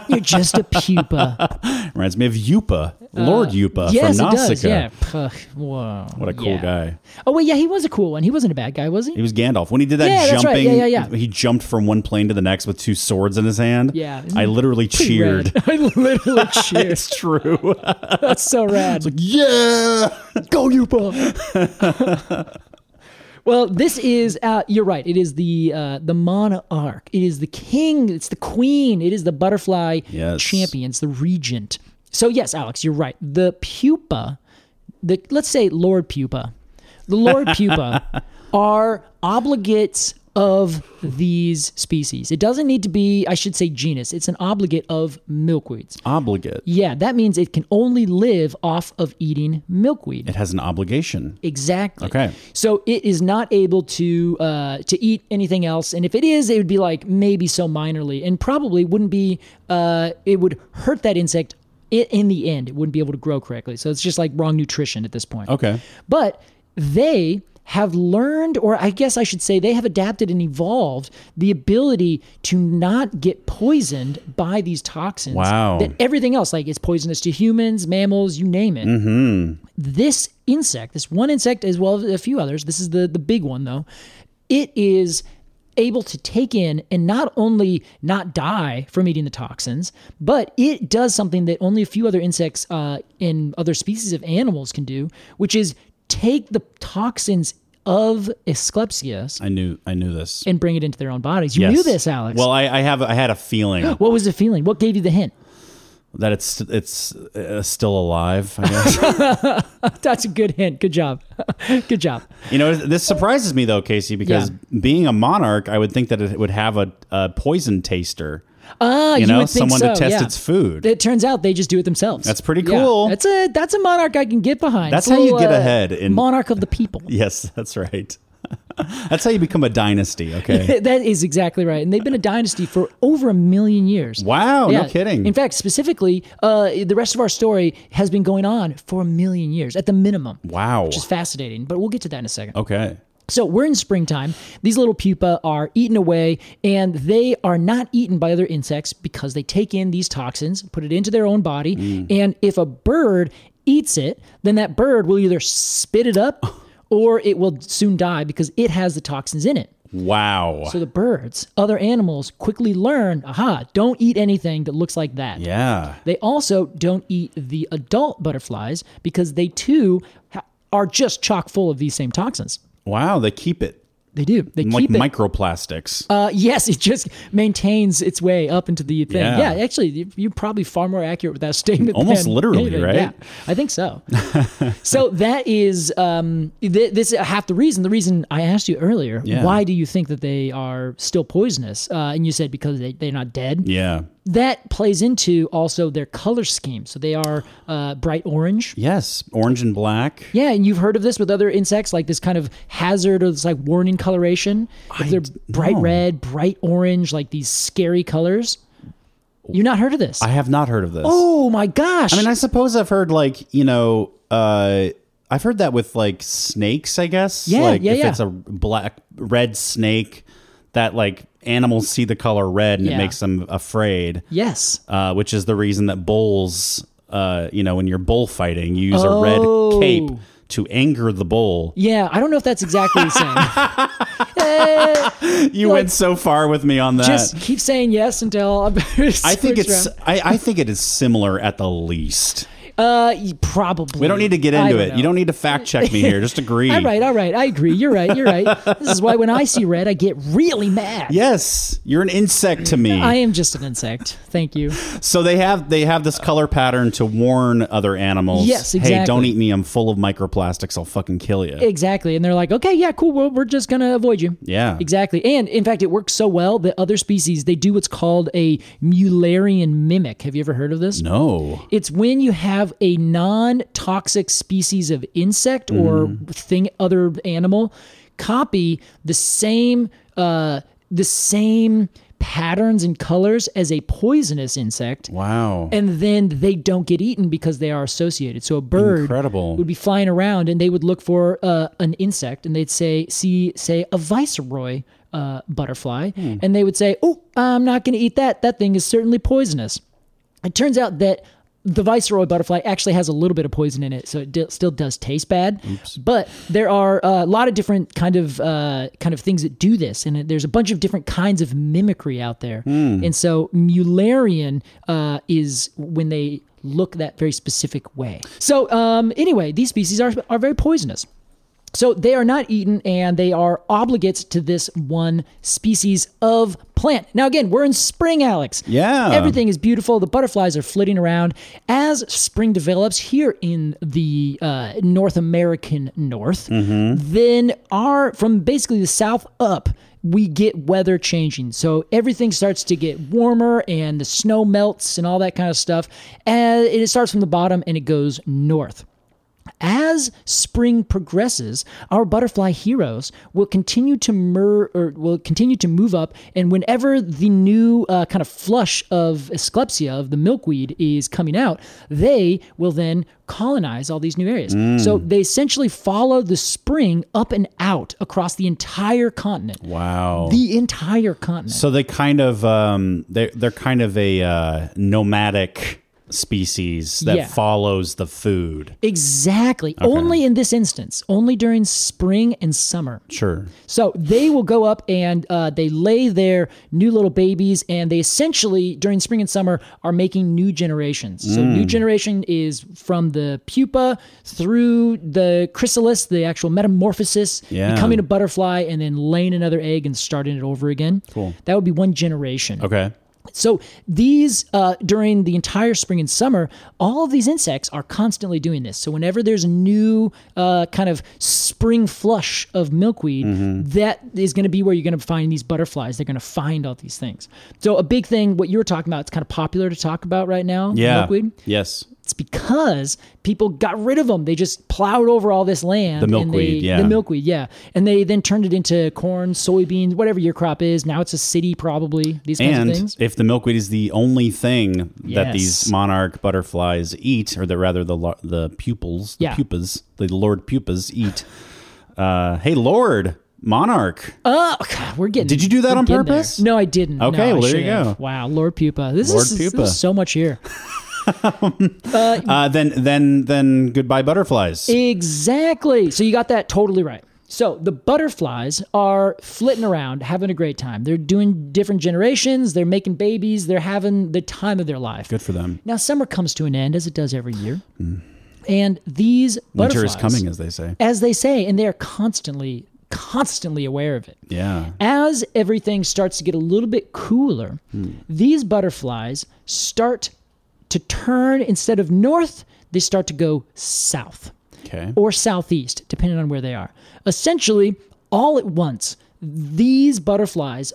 [SPEAKER 4] You're just a pupa.
[SPEAKER 3] Reminds me of Yupa, Lord Yupa
[SPEAKER 4] Uh, yes,
[SPEAKER 3] from
[SPEAKER 4] it
[SPEAKER 3] Nausicaa.
[SPEAKER 4] does. Yeah. Ugh, whoa.
[SPEAKER 3] What a cool
[SPEAKER 4] Yeah.
[SPEAKER 3] guy.
[SPEAKER 4] Oh wait, yeah, he was a cool one. He wasn't a bad guy, was he?
[SPEAKER 3] He was Gandalf. When he did that
[SPEAKER 4] Yeah, that's right.
[SPEAKER 3] jumping,
[SPEAKER 4] Yeah, yeah, yeah.
[SPEAKER 3] he jumped from one plane to the next with two swords in his hand.
[SPEAKER 4] Yeah. Mm-hmm.
[SPEAKER 3] I literally
[SPEAKER 4] Pretty rad.
[SPEAKER 3] cheered.
[SPEAKER 4] I literally cheered.
[SPEAKER 3] It's true.
[SPEAKER 4] That's so rad.
[SPEAKER 3] yeah.
[SPEAKER 4] Go Yupa. well, this is uh, you're right. It is the uh, the monarch. It is the king. It's the queen. It is the butterfly
[SPEAKER 3] Yes.
[SPEAKER 4] champion. It's the regent. So yes, Alex, you're right. The pupa, the let's say Lord Pupa, the Lord Pupa are obligates of these species. It doesn't need to be, I should say, genus. It's an obligate of milkweeds.
[SPEAKER 3] Obligate.
[SPEAKER 4] Yeah, that means it can only live off of eating milkweed.
[SPEAKER 3] It has an obligation.
[SPEAKER 4] Exactly.
[SPEAKER 3] Okay.
[SPEAKER 4] So it is not able to uh, to eat anything else, and if it is, it would be like maybe so minorly, and probably wouldn't be. Uh, it would hurt that insect i- in the end. It wouldn't be able to grow correctly. So it's just like wrong nutrition at this point.
[SPEAKER 3] Okay.
[SPEAKER 4] But they have learned, or I guess I should say, they have adapted and evolved the ability to not get poisoned by these toxins.
[SPEAKER 3] Wow.
[SPEAKER 4] That everything else, like it's poisonous to humans, mammals, you name it. Mm-hmm. This insect, this one insect, as well as a few others, this is the, the big one though, it is able to take in and not only not die from eating the toxins, but it does something that only a few other insects uh, and other species of animals can do, which is take the toxins of Asclepias
[SPEAKER 3] I knew I knew this.
[SPEAKER 4] and bring it into their own bodies. You knew
[SPEAKER 3] Yes.
[SPEAKER 4] this, Alex.
[SPEAKER 3] Well, I, I have I had a feeling
[SPEAKER 4] what was the feeling? What gave you the hint?
[SPEAKER 3] that it's it's uh, still alive. I guess.
[SPEAKER 4] That's a good hint. Good job. good job.
[SPEAKER 3] you know, this surprises me though, Casey, because being a monarch, I would think that it would have a, a poison taster.
[SPEAKER 4] Ah,
[SPEAKER 3] you
[SPEAKER 4] you,
[SPEAKER 3] know,
[SPEAKER 4] would think
[SPEAKER 3] someone
[SPEAKER 4] so,
[SPEAKER 3] to test
[SPEAKER 4] yeah.
[SPEAKER 3] its food.
[SPEAKER 4] It turns out they just do it themselves.
[SPEAKER 3] That's pretty cool.
[SPEAKER 4] That's a that's a monarch I can get behind.
[SPEAKER 3] That's
[SPEAKER 4] It's a
[SPEAKER 3] how you
[SPEAKER 4] little,
[SPEAKER 3] get
[SPEAKER 4] uh,
[SPEAKER 3] ahead in-
[SPEAKER 4] monarch of the people.
[SPEAKER 3] yes, that's right. that's how you become a dynasty. Okay.
[SPEAKER 4] that is exactly right, and they've been a dynasty for over a million years.
[SPEAKER 3] Wow, no
[SPEAKER 4] Yeah.
[SPEAKER 3] kidding.
[SPEAKER 4] In fact, specifically, uh, the rest of our story has been going on for a million years at the minimum.
[SPEAKER 3] wow.
[SPEAKER 4] Which is fascinating, but we'll get to that in a second.
[SPEAKER 3] okay.
[SPEAKER 4] So we're in springtime. These little pupa are eaten away, and they are not eaten by other insects because they take in these toxins, put it into their own body,
[SPEAKER 3] Mm.
[SPEAKER 4] and if a bird eats it, then that bird will either spit it up or it will soon die because it has the toxins in it.
[SPEAKER 3] Wow.
[SPEAKER 4] So the birds, other animals quickly learn, aha, don't eat anything that looks like that.
[SPEAKER 3] yeah.
[SPEAKER 4] They also don't eat the adult butterflies because they too ha- are just chock full of these same toxins.
[SPEAKER 3] Wow. They keep it
[SPEAKER 4] They do. They
[SPEAKER 3] like
[SPEAKER 4] keep it.
[SPEAKER 3] microplastics.
[SPEAKER 4] Uh, yes, it just maintains its way up into the thing.
[SPEAKER 3] Yeah.
[SPEAKER 4] Yeah, actually, you- you're probably far more accurate with that statement.
[SPEAKER 3] Almost
[SPEAKER 4] than
[SPEAKER 3] literally,
[SPEAKER 4] anything.
[SPEAKER 3] right?
[SPEAKER 4] Yeah, I think so. so that is um, th- this is half the reason. The reason I asked you earlier,
[SPEAKER 3] Yeah.
[SPEAKER 4] why do you think that they are still poisonous? Uh, and you said because they, they're not dead.
[SPEAKER 3] yeah.
[SPEAKER 4] That plays into also their color scheme. So they are uh, bright orange.
[SPEAKER 3] Yes. Orange and black.
[SPEAKER 4] Yeah, and you've heard of this with other insects, like this kind of hazard or this like warning coloration. If they're bright
[SPEAKER 3] no.
[SPEAKER 4] red, bright orange, like these scary colors. You not heard of this?
[SPEAKER 3] I have not heard of this.
[SPEAKER 4] oh my gosh!
[SPEAKER 3] I mean, I suppose I've heard like you know, uh, I've heard that with like snakes. I guess.
[SPEAKER 4] Yeah,
[SPEAKER 3] Like
[SPEAKER 4] yeah,
[SPEAKER 3] if
[SPEAKER 4] yeah.
[SPEAKER 3] it's a black red snake, that like animals see the color red and it
[SPEAKER 4] Yeah.
[SPEAKER 3] makes them afraid.
[SPEAKER 4] yes.
[SPEAKER 3] Uh, which is the reason that bulls, uh, you know, when you're bullfighting, you use a red cape
[SPEAKER 4] Oh.
[SPEAKER 3] to anger the bull.
[SPEAKER 4] Yeah, I don't know if that's exactly the same. Eh,
[SPEAKER 3] You went so far with me on that.
[SPEAKER 4] just keep saying yes until I'm.
[SPEAKER 3] I think it's
[SPEAKER 4] Round.
[SPEAKER 3] I, I think it is similar at the least.
[SPEAKER 4] Uh, y- probably.
[SPEAKER 3] We don't need to get
[SPEAKER 4] I
[SPEAKER 3] into
[SPEAKER 4] don't
[SPEAKER 3] it.
[SPEAKER 4] know.
[SPEAKER 3] You don't need to fact check me here. Just agree.
[SPEAKER 4] All right, all right. I agree. You're right. You're right. this is why when I see red, I get really mad.
[SPEAKER 3] Yes, you're an insect to me.
[SPEAKER 4] I am just an insect. Thank you.
[SPEAKER 3] So they have they have this color pattern to warn other animals.
[SPEAKER 4] Yes,
[SPEAKER 3] Hey,
[SPEAKER 4] exactly.
[SPEAKER 3] don't eat me. I'm full of microplastics. I'll fucking kill you.
[SPEAKER 4] Exactly. And they're like, okay, yeah, cool. Well, we're just going to avoid you.
[SPEAKER 3] Yeah.
[SPEAKER 4] Exactly. And in fact, it works so well that other species, they do what's called a Mullerian mimic. Have you ever heard of this?
[SPEAKER 3] no.
[SPEAKER 4] It's when you have a non-toxic species of insect
[SPEAKER 3] Mm-hmm.
[SPEAKER 4] or thing other animal copy the same uh, the same patterns and colors as a poisonous insect.
[SPEAKER 3] Wow.
[SPEAKER 4] And then they don't get eaten because they are associated. So a bird
[SPEAKER 3] Incredible.
[SPEAKER 4] would be flying around, and they would look for uh, an insect, and they'd say, "See, say a viceroy uh, butterfly," and they would say, "Oh, I'm not going to eat that. That thing is certainly poisonous." It turns out that the viceroy butterfly actually has a little bit of poison in it, so it d- still does taste bad. But there are uh, a lot of different kind of uh, kind of things that do this, and it- there's a bunch of different kinds of mimicry out there. And so Mullerian uh, is when they look that very specific way. So um, anyway, these species are are very poisonous. So they are not eaten and they are obligates to this one species of plant. Now, again, we're in spring, Alex.
[SPEAKER 3] Yeah.
[SPEAKER 4] Everything is beautiful. The butterflies are flitting around. As spring develops here in the uh, North American North, then our, from basically the south up, we get weather changing. So everything starts to get warmer and the snow melts and all that kind of stuff. And it starts from the bottom and it goes north. As spring progresses, our butterfly heroes will continue to mer- or will continue to move up, and whenever the new uh, kind of flush of Asclepias of the milkweed is coming out, they will then colonize all these new areas. So they essentially follow the spring up and out across the entire continent.
[SPEAKER 3] wow.
[SPEAKER 4] The entire continent.
[SPEAKER 3] so they kind of um they they're kind of a uh, nomadic species that
[SPEAKER 4] Yeah.
[SPEAKER 3] follows the food.
[SPEAKER 4] exactly. Only in this instance, only during spring and summer.
[SPEAKER 3] Sure.
[SPEAKER 4] So they will go up and uh, they lay their new little babies, and they essentially during spring and summer are making new generations. So new generation is from the pupa through the chrysalis, the actual metamorphosis,
[SPEAKER 3] Yeah.
[SPEAKER 4] becoming a butterfly, and then laying another egg and starting it over again. Cool. That would be one generation.
[SPEAKER 3] Okay.
[SPEAKER 4] So these uh, during the entire spring and summer, all of these insects are constantly doing this. So whenever there's a new uh, kind of spring flush of milkweed,
[SPEAKER 3] Mm-hmm.
[SPEAKER 4] that is going to be where you're going to find these butterflies. They're going to find all these things. So a big thing, what you were talking about, it's kind of popular to talk about right now.
[SPEAKER 3] Yeah.
[SPEAKER 4] milkweed.
[SPEAKER 3] Yes.
[SPEAKER 4] It's because people got rid of them. They just plowed over all this land.
[SPEAKER 3] The
[SPEAKER 4] and they-
[SPEAKER 3] milkweed, yeah.
[SPEAKER 4] The milkweed, yeah. And they then turned it into corn, soybeans, whatever your crop is. Now it's a city, probably. These kinds of
[SPEAKER 3] And
[SPEAKER 4] things.
[SPEAKER 3] if the milkweed is the only thing that
[SPEAKER 4] Yes.
[SPEAKER 3] these monarch butterflies eat, or the rather the lo- the pupils, the
[SPEAKER 4] Yeah.
[SPEAKER 3] pupas, the lord pupas eat. Uh, hey, lord monarch.
[SPEAKER 4] Oh, God, we're getting.
[SPEAKER 3] Did you do that
[SPEAKER 4] we're
[SPEAKER 3] on
[SPEAKER 4] getting there.
[SPEAKER 3] purpose?
[SPEAKER 4] No, I didn't.
[SPEAKER 3] Okay,
[SPEAKER 4] No, I
[SPEAKER 3] well, there you
[SPEAKER 4] should have.
[SPEAKER 3] go.
[SPEAKER 4] Wow, Lord Pupa. This
[SPEAKER 3] Lord
[SPEAKER 4] is
[SPEAKER 3] Pupa.
[SPEAKER 4] There's so much here.
[SPEAKER 3] Uh, then then then goodbye butterflies.
[SPEAKER 4] Exactly. So you got that totally right. So the butterflies are flitting around, having a great time. They're doing different generations. They're making babies. They're having the time of their life.
[SPEAKER 3] Good for them.
[SPEAKER 4] Now summer comes to an end, as it does every year, and these
[SPEAKER 3] Winter is
[SPEAKER 4] butterflies-
[SPEAKER 3] coming, as they say.
[SPEAKER 4] as they say, and they are constantly, constantly aware of it.
[SPEAKER 3] Yeah.
[SPEAKER 4] As everything starts to get a little bit cooler, these butterflies start to turn instead of north, they start to go south
[SPEAKER 3] Okay.
[SPEAKER 4] or southeast, depending on where they are. Essentially, all at once, these butterflies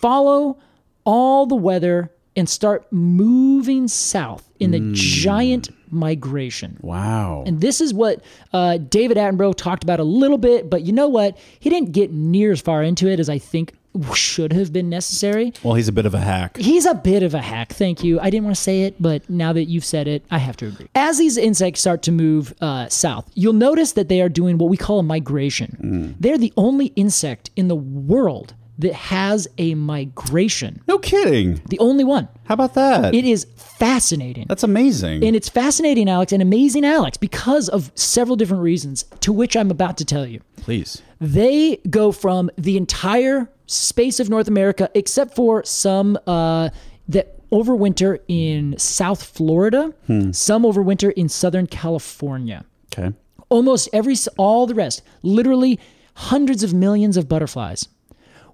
[SPEAKER 4] follow all the weather and start moving south in a giant migration.
[SPEAKER 3] Wow.
[SPEAKER 4] And this is what uh, David Attenborough talked about a little bit, but you know what? He didn't get near as far into it as I think should have been necessary.
[SPEAKER 3] Well, he's a bit of a hack.
[SPEAKER 4] He's a bit of a hack. Thank you. I didn't want to say it, but now that you've said it, I have to agree. As these insects start to move uh, south, you'll notice that they are doing what we call a migration. They're the only insect in the world that has a migration.
[SPEAKER 3] No kidding.
[SPEAKER 4] The only one.
[SPEAKER 3] How about that?
[SPEAKER 4] It is fascinating.
[SPEAKER 3] That's amazing.
[SPEAKER 4] And it's fascinating, Alex, and amazing, Alex, because of several different reasons to which I'm about to tell you.
[SPEAKER 3] Please.
[SPEAKER 4] They go from the entire space of North America, except for some uh, that overwinter in South Florida, some overwinter in Southern California.
[SPEAKER 3] Okay.
[SPEAKER 4] Almost every, all the rest, literally hundreds of millions of butterflies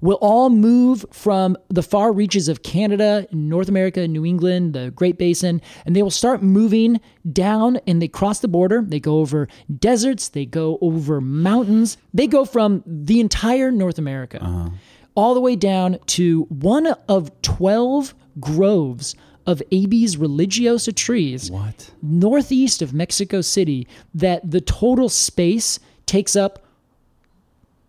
[SPEAKER 4] will all move from the far reaches of Canada, North America, New England, the Great Basin, and they will start moving down and they cross the border. They go over deserts, they go over mountains, they go from the entire North America all the way down to one of 12 groves of Abies religiosa trees
[SPEAKER 3] What?
[SPEAKER 4] northeast of Mexico City that the total space takes up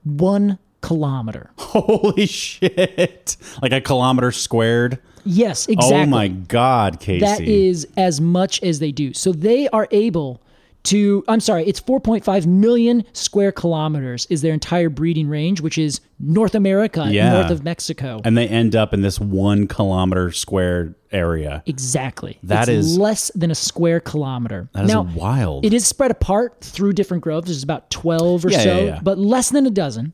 [SPEAKER 4] one kilometer.
[SPEAKER 3] Holy shit. Like a kilometer squared.
[SPEAKER 4] Yes, exactly.
[SPEAKER 3] Oh my God, Casey.
[SPEAKER 4] That is as much as they do. So they are able to, I'm sorry, it's 4.5 million square kilometers is their entire breeding range, which is North America,
[SPEAKER 3] Yeah.
[SPEAKER 4] north of Mexico.
[SPEAKER 3] and they end up in this one kilometer squared area.
[SPEAKER 4] Exactly.
[SPEAKER 3] That
[SPEAKER 4] That is
[SPEAKER 3] is-
[SPEAKER 4] less than a square kilometer.
[SPEAKER 3] That is wild.
[SPEAKER 4] It is spread apart through different groves. There's about twelve or
[SPEAKER 3] Yeah,
[SPEAKER 4] so,
[SPEAKER 3] yeah, yeah.
[SPEAKER 4] but less than a dozen.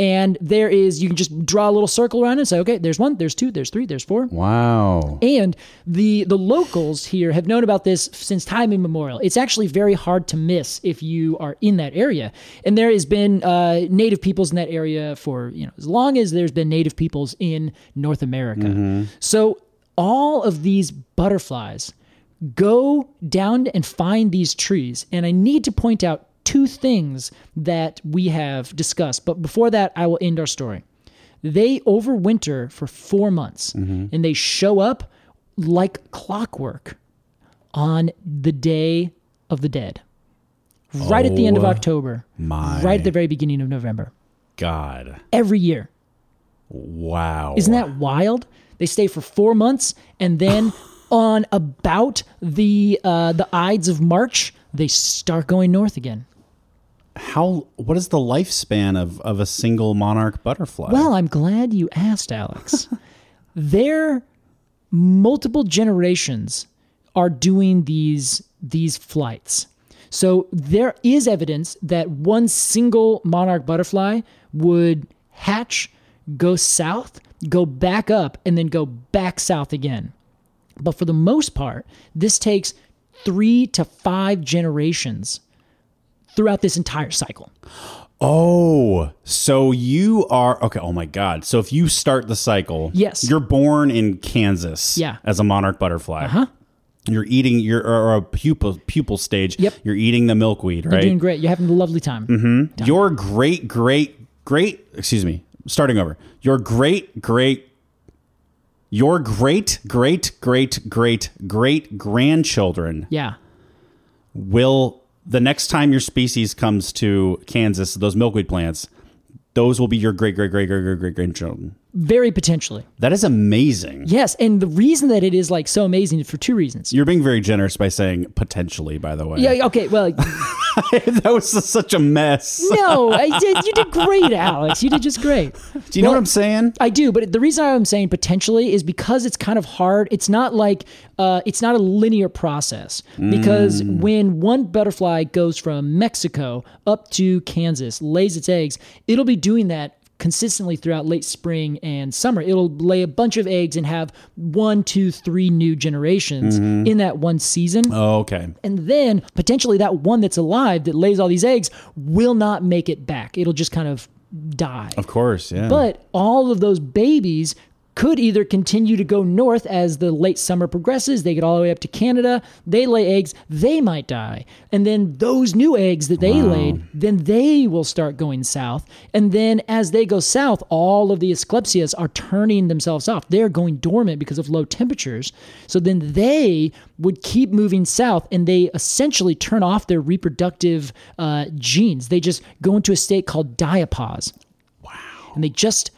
[SPEAKER 4] And there is you can just draw a little circle around it and say, okay, there's one, there's two, there's three, there's four.
[SPEAKER 3] Wow.
[SPEAKER 4] And the the locals here have known about this since time immemorial. It's actually very hard to miss if you are in that area. And there has been uh, native peoples in that area for you know as long as there's been native peoples in North America. So all of these butterflies go down and find these trees. And I need to point out two things that we have discussed. But before that, I will end our story they overwinter for four months
[SPEAKER 3] Mm-hmm.
[SPEAKER 4] and they show up like clockwork on the day of the dead right at the end of
[SPEAKER 3] Oh,
[SPEAKER 4] october
[SPEAKER 3] my.
[SPEAKER 4] right at the very beginning of november
[SPEAKER 3] God.
[SPEAKER 4] every year
[SPEAKER 3] Wow.
[SPEAKER 4] isn't that wild they stay for four months and then on about the uh, the ides of march they start going north again
[SPEAKER 3] how what is the lifespan of of a single monarch butterfly?
[SPEAKER 4] Well, I'm glad you asked, Alex. Their multiple generations are doing these these flights. So there is evidence that one single monarch butterfly would hatch, go south, go back up, and then go back south again. But for the most part, this takes three to five generations throughout this entire cycle.
[SPEAKER 3] oh, so you are okay, oh my god. So if you start the cycle,
[SPEAKER 4] Yes.
[SPEAKER 3] You're born in Kansas
[SPEAKER 4] Yeah.
[SPEAKER 3] as a monarch butterfly. Uh-huh. You're eating your or a pupil pupil stage.
[SPEAKER 4] Yep.
[SPEAKER 3] You're eating the milkweed,
[SPEAKER 4] You're
[SPEAKER 3] right?
[SPEAKER 4] doing great. You're having a lovely time.
[SPEAKER 3] Your great, great, great, excuse me, starting over. Your great, great, your great, great, great, great, great grandchildren
[SPEAKER 4] Yeah.
[SPEAKER 3] will, the next time your species comes to Kansas, those milkweed plants, those will be your great, great, great, great, great, great grandchildren.
[SPEAKER 4] Very potentially.
[SPEAKER 3] That is amazing.
[SPEAKER 4] Yes, and the reason that it is like so amazing is for two reasons.
[SPEAKER 3] You're being very generous by saying potentially, by the way.
[SPEAKER 4] Yeah, okay, well,
[SPEAKER 3] that was such a mess.
[SPEAKER 4] no, I did, you did great, Alex. You did just great.
[SPEAKER 3] Do you know
[SPEAKER 4] Well,
[SPEAKER 3] what I'm saying?
[SPEAKER 4] I do, but the reason I'm saying potentially is because it's kind of hard. It's not like uh, it's not a linear process because
[SPEAKER 3] Mm.
[SPEAKER 4] when one butterfly goes from Mexico up to Kansas, lays its eggs, it'll be doing that consistently throughout late spring and summer. It'll lay a bunch of eggs and have one, two, three new generations in that one season.
[SPEAKER 3] Mm-hmm. Oh, okay.
[SPEAKER 4] And then potentially that one that's alive that lays all these eggs will not make it back. It'll just kind of die.
[SPEAKER 3] Of course, yeah.
[SPEAKER 4] But all of those babies could either continue to go north as the late summer progresses, they get all the way up to Canada, they lay eggs, they might die. And then those new eggs that they laid, then they will start going south. And then as they go south, all of the asclepsias are turning themselves off. They're going dormant because of low temperatures. So then they would keep moving south and they essentially turn off their reproductive uh, genes. They just go into a state called diapause and they just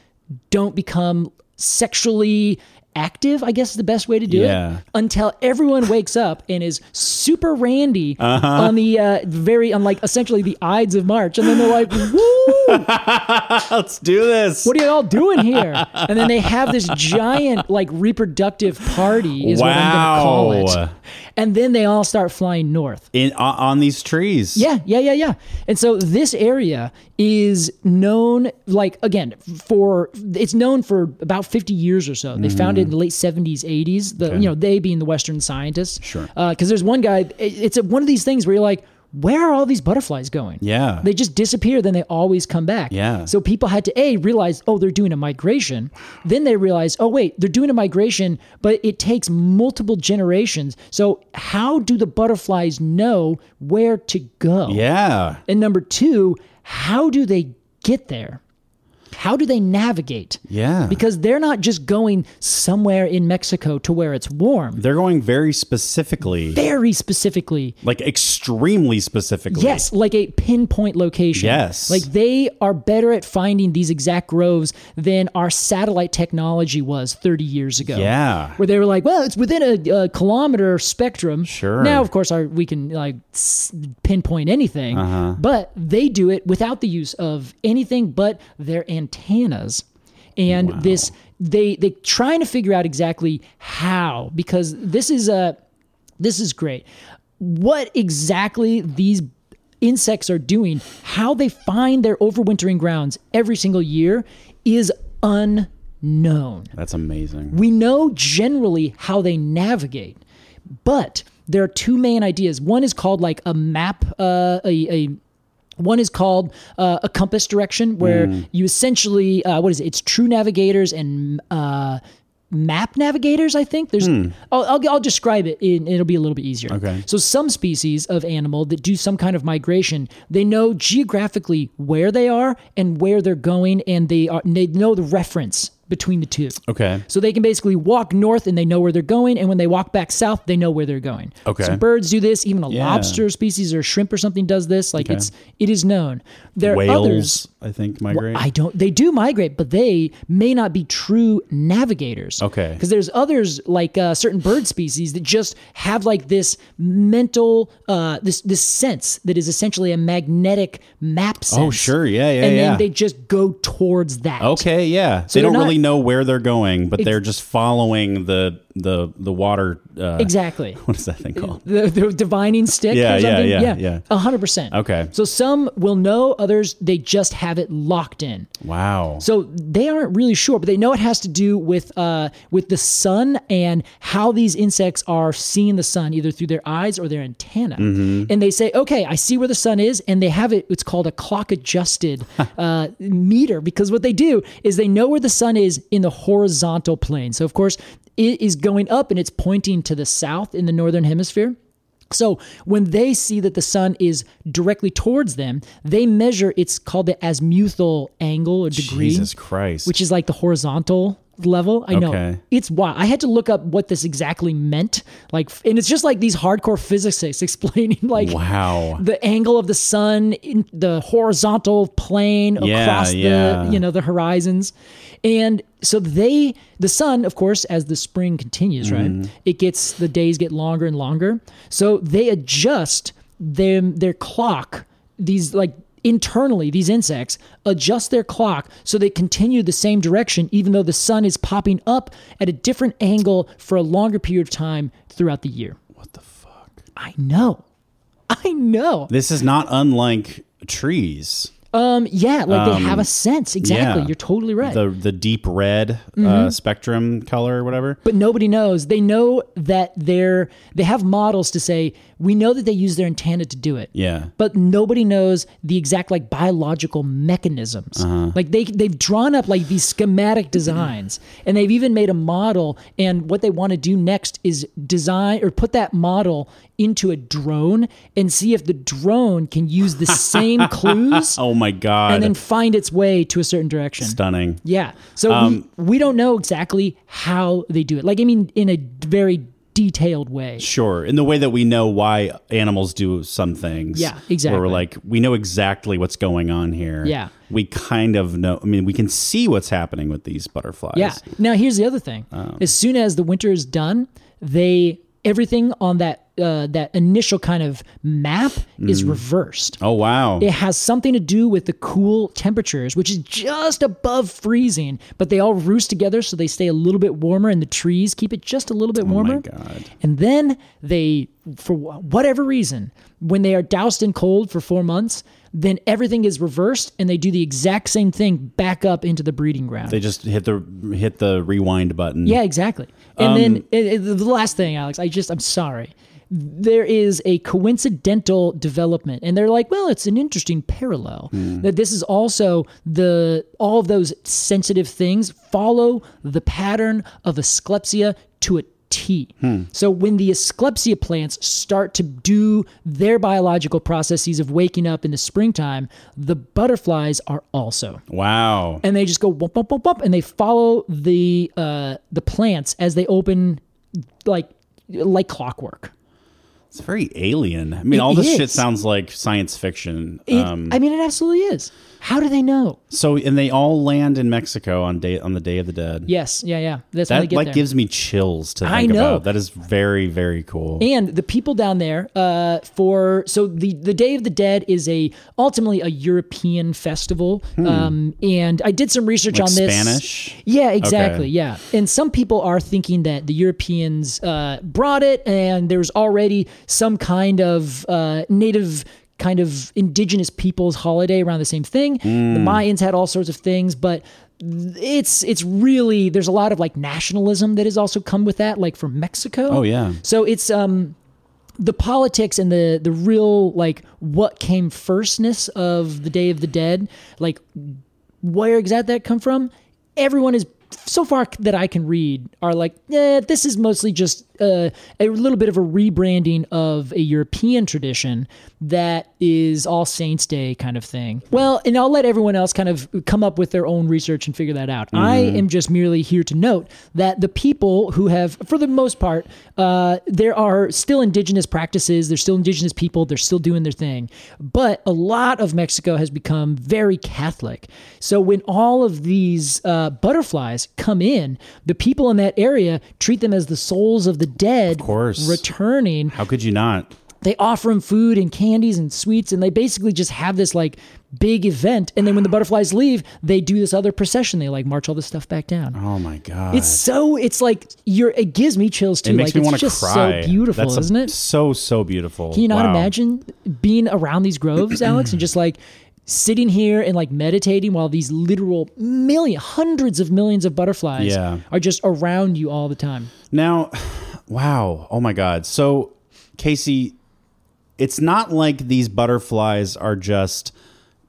[SPEAKER 4] don't become sexually active i guess is the best way to do
[SPEAKER 3] Yeah.
[SPEAKER 4] it until everyone wakes up and is super randy
[SPEAKER 3] Uh-huh.
[SPEAKER 4] on the uh, very on like essentially the ides of march and then they're like woo
[SPEAKER 3] Let's do this.
[SPEAKER 4] what are y'all doing here and then they have this giant like reproductive party is what i'm gonna call
[SPEAKER 3] Wow.
[SPEAKER 4] it and then they all start flying north.
[SPEAKER 3] in on, on these trees.
[SPEAKER 4] Yeah, yeah, yeah, yeah. And so this area is known, like, again, for it's known for about 50 years or so. They
[SPEAKER 3] Mm-hmm.
[SPEAKER 4] found it in the late 70s, 80s, the, you know, they being the Western scientists.
[SPEAKER 3] Sure.
[SPEAKER 4] Because there's one guy, it- it's a, one of these things where you're like, where are all these butterflies going?
[SPEAKER 3] Yeah.
[SPEAKER 4] They just disappear, then they always come back.
[SPEAKER 3] Yeah.
[SPEAKER 4] So people had to A, realize, oh, they're doing a migration. Then they realize, oh, wait, they're doing a migration, but it takes multiple generations. So how do the butterflies know where to go?
[SPEAKER 3] yeah.
[SPEAKER 4] And number two, how do they get there? How do they navigate?
[SPEAKER 3] Yeah.
[SPEAKER 4] Because they're not just going somewhere in Mexico to where it's warm.
[SPEAKER 3] They're going very specifically,
[SPEAKER 4] Very specifically
[SPEAKER 3] like extremely specifically.
[SPEAKER 4] Yes, like a pinpoint location.
[SPEAKER 3] Yes.
[SPEAKER 4] Like they are better at finding these exact groves than our satellite technology was 30 years ago.
[SPEAKER 3] Yeah.
[SPEAKER 4] Where they were like, well, it's within a, a kilometer spectrum.
[SPEAKER 3] Sure.
[SPEAKER 4] Now, of course, our, we can like s- pinpoint anything,
[SPEAKER 3] Uh-huh.
[SPEAKER 4] but they do it without the use of anything but their antennas and this. They they trying to figure out exactly how because this is a this is great. What exactly these insects are doing, how they find their overwintering grounds every single year is unknown.
[SPEAKER 3] That's amazing.
[SPEAKER 4] We know generally how they navigate, but there are two main ideas. One is called like a map, uh, a, a one is called uh, a compass direction, where you essentially uh, what is it? It's true navigators and uh, map navigators. I think there's. I'll, I'll I'll describe it. In, it'll be a little bit easier.
[SPEAKER 3] Okay.
[SPEAKER 4] So some species of animal that do some kind of migration, they know geographically where they are and where they're going, and they are they know the reference between the two.
[SPEAKER 3] Okay.
[SPEAKER 4] So they can basically walk north and they know where they're going, and when they walk back south, they know where they're going.
[SPEAKER 3] Okay.
[SPEAKER 4] So birds do this. Even a
[SPEAKER 3] Yeah.
[SPEAKER 4] lobster species or shrimp or something does this. Like it's it is known. There are
[SPEAKER 3] Whales,
[SPEAKER 4] others.
[SPEAKER 3] I think, migrate.
[SPEAKER 4] I don't. They do migrate, but they may not be true navigators.
[SPEAKER 3] Okay.
[SPEAKER 4] Because there's others like uh, certain bird species that just have like this mental, uh, this this sense that is essentially a magnetic map sense.
[SPEAKER 3] Oh, sure. Yeah, yeah,
[SPEAKER 4] And
[SPEAKER 3] yeah.
[SPEAKER 4] then they just go towards that.
[SPEAKER 3] okay, yeah. they
[SPEAKER 4] they're
[SPEAKER 3] don't
[SPEAKER 4] not-
[SPEAKER 3] really know where they're going, but they're just following the the the water. Uh,
[SPEAKER 4] Exactly. Uh,
[SPEAKER 3] What is that thing called?
[SPEAKER 4] the, the divining stick
[SPEAKER 3] Yeah,
[SPEAKER 4] or
[SPEAKER 3] yeah,
[SPEAKER 4] something?
[SPEAKER 3] yeah, yeah.
[SPEAKER 4] yeah. A hundred percent.
[SPEAKER 3] Okay.
[SPEAKER 4] So some will know, others they just have it locked in.
[SPEAKER 3] Wow.
[SPEAKER 4] So they aren't really sure, but they know it has to do with uh, with the sun and how these insects are seeing the sun, either through their eyes or their antenna.
[SPEAKER 3] Mm-hmm.
[SPEAKER 4] And they say, "Okay, I see where the sun is," and they have it. It's called a clock-adjusted uh, meter because what they do is they know where the sun is in the horizontal plane. So of course, it is going up and it's pointing to the south in the northern hemisphere. So when they see that the sun is directly towards them, they measure it's called the azimuthal angle or degree,
[SPEAKER 3] Jesus Christ.
[SPEAKER 4] which is like the horizontal level. I know
[SPEAKER 3] Okay.
[SPEAKER 4] it's wild. I had to look up what this exactly meant. Like, and it's just like these hardcore physicists explaining like
[SPEAKER 3] wow.
[SPEAKER 4] the angle of the sun in the horizontal plane
[SPEAKER 3] Yeah,
[SPEAKER 4] across
[SPEAKER 3] yeah.
[SPEAKER 4] the you know the horizons and so they the sun of course as the spring continues
[SPEAKER 3] Mm-hmm.
[SPEAKER 4] right it gets the days get longer and longer so they adjust them their clock these like internally these insects adjust their clock so they continue the same direction even though the sun is popping up at a different angle for a longer period of time throughout the year what the fuck i know I know.
[SPEAKER 3] This is not unlike trees.
[SPEAKER 4] Um, yeah, like they have a sense. Exactly.
[SPEAKER 3] Um, yeah.
[SPEAKER 4] You're totally right. Mm-hmm.
[SPEAKER 3] The the deep red uh, spectrum color or whatever.
[SPEAKER 4] but nobody knows. They know that they're they have models to say we know that they use their antenna to do it.
[SPEAKER 3] Yeah.
[SPEAKER 4] But nobody knows the exact like biological mechanisms.
[SPEAKER 3] Uh-huh.
[SPEAKER 4] Like they they've drawn up like these schematic designs, and they've even made a model. And what they want to do next is design or put that model into a drone and see if the drone can use the same clues
[SPEAKER 3] Oh my god.
[SPEAKER 4] and then find its way to a certain direction.
[SPEAKER 3] Stunning.
[SPEAKER 4] Yeah. So we, we don't know exactly how they do it. Like, I mean, in a very detailed way.
[SPEAKER 3] Sure. In the way that we know why animals do some things.
[SPEAKER 4] Yeah,
[SPEAKER 3] Where we're
[SPEAKER 4] exactly.
[SPEAKER 3] like, we know exactly what's going on here.
[SPEAKER 4] Yeah.
[SPEAKER 3] We kind of know. I mean, we can see what's happening with these butterflies.
[SPEAKER 4] Yeah. Now, here's the other thing. as soon as the winter is done, they everything on that uh, that initial kind of map is reversed.
[SPEAKER 3] Oh wow.
[SPEAKER 4] It has something to do with the cool temperatures, which is just above freezing, but they all roost together so they stay a little bit warmer and the trees keep it just a little bit warmer.
[SPEAKER 3] Oh God.
[SPEAKER 4] And then they, for wh- whatever reason, when they are doused in cold for four months, then everything is reversed and they do the exact same thing back up into the breeding ground.
[SPEAKER 3] They just hit the hit the rewind button.
[SPEAKER 4] Yeah, exactly. And then and- and the last thing, Alex, I just, I'm sorry. There is a coincidental development, and they're like, well, it's an interesting parallel that this is also the all of those sensitive things follow the pattern of asclepsia to a T. So when the asclepsia plants start to do their biological processes of waking up in the springtime, the butterflies are also
[SPEAKER 3] Wow.
[SPEAKER 4] and they just go bump bump bump bump and they follow the uh the plants as they open like like clockwork
[SPEAKER 3] It's very alien. I mean, all
[SPEAKER 4] It
[SPEAKER 3] this shit
[SPEAKER 4] is.
[SPEAKER 3] sounds like science fiction.
[SPEAKER 4] It-
[SPEAKER 3] um,
[SPEAKER 4] i mean it absolutely is how do they know
[SPEAKER 3] so and they all land in Mexico on day on the Day of the Dead.
[SPEAKER 4] yes yeah yeah that's when they
[SPEAKER 3] That
[SPEAKER 4] get
[SPEAKER 3] like
[SPEAKER 4] there.
[SPEAKER 3] gives me chills to think
[SPEAKER 4] I know.
[SPEAKER 3] about. That is very very cool.
[SPEAKER 4] and the people down there uh, for so the the Day of the Dead is a ultimately a European festival, um, and I did some research
[SPEAKER 3] Hmm. Like
[SPEAKER 4] on this.
[SPEAKER 3] Spanish?
[SPEAKER 4] yeah, exactly,
[SPEAKER 3] Okay.
[SPEAKER 4] yeah. And some people are thinking that the Europeans uh, brought it, and there's already some kind of uh, native. Kind of indigenous people's holiday around the same thing.
[SPEAKER 3] Hmm.
[SPEAKER 4] The Mayans had all sorts of things, but it's it's really there's a lot of like nationalism that has also come with that, like from Mexico.
[SPEAKER 3] oh yeah.
[SPEAKER 4] So it's um the politics and the the real like what came firstness of the Day of the Dead, like where exactly that come from? Everyone is so far that I can read are like, eh, this is mostly just uh, a little bit of a rebranding of a European tradition that is All Saints Day kind of thing. Well, and I'll let everyone else kind of come up with their own research and figure that out. I am just merely here to note that the people who have, for the most part, uh, there are still indigenous practices, there's still indigenous people, they're still doing their thing. But a lot of Mexico has become very Catholic. So when all of these uh, butterflies come in, the people in that area treat them as the souls of the dead, of
[SPEAKER 3] course.
[SPEAKER 4] returning.
[SPEAKER 3] How could you not?
[SPEAKER 4] They offer them food and candies and sweets, and they basically just have this like big event. And then when the butterflies leave, they do this other procession. They like march all this stuff back down.
[SPEAKER 3] Oh my god.
[SPEAKER 4] It's so it's like you're it gives me chills too.
[SPEAKER 3] it makes
[SPEAKER 4] like
[SPEAKER 3] me
[SPEAKER 4] it's
[SPEAKER 3] want to
[SPEAKER 4] just
[SPEAKER 3] cry.
[SPEAKER 4] so beautiful,
[SPEAKER 3] That's a-
[SPEAKER 4] isn't it?
[SPEAKER 3] So so beautiful.
[SPEAKER 4] Can you not
[SPEAKER 3] Wow.
[SPEAKER 4] imagine being around these groves, Alex, and just like sitting here and like meditating while these literal million hundreds of millions of butterflies
[SPEAKER 3] Yeah.
[SPEAKER 4] are just around you all the time.
[SPEAKER 3] Now, wow. Oh my God. So, Casey, it's not like these butterflies are just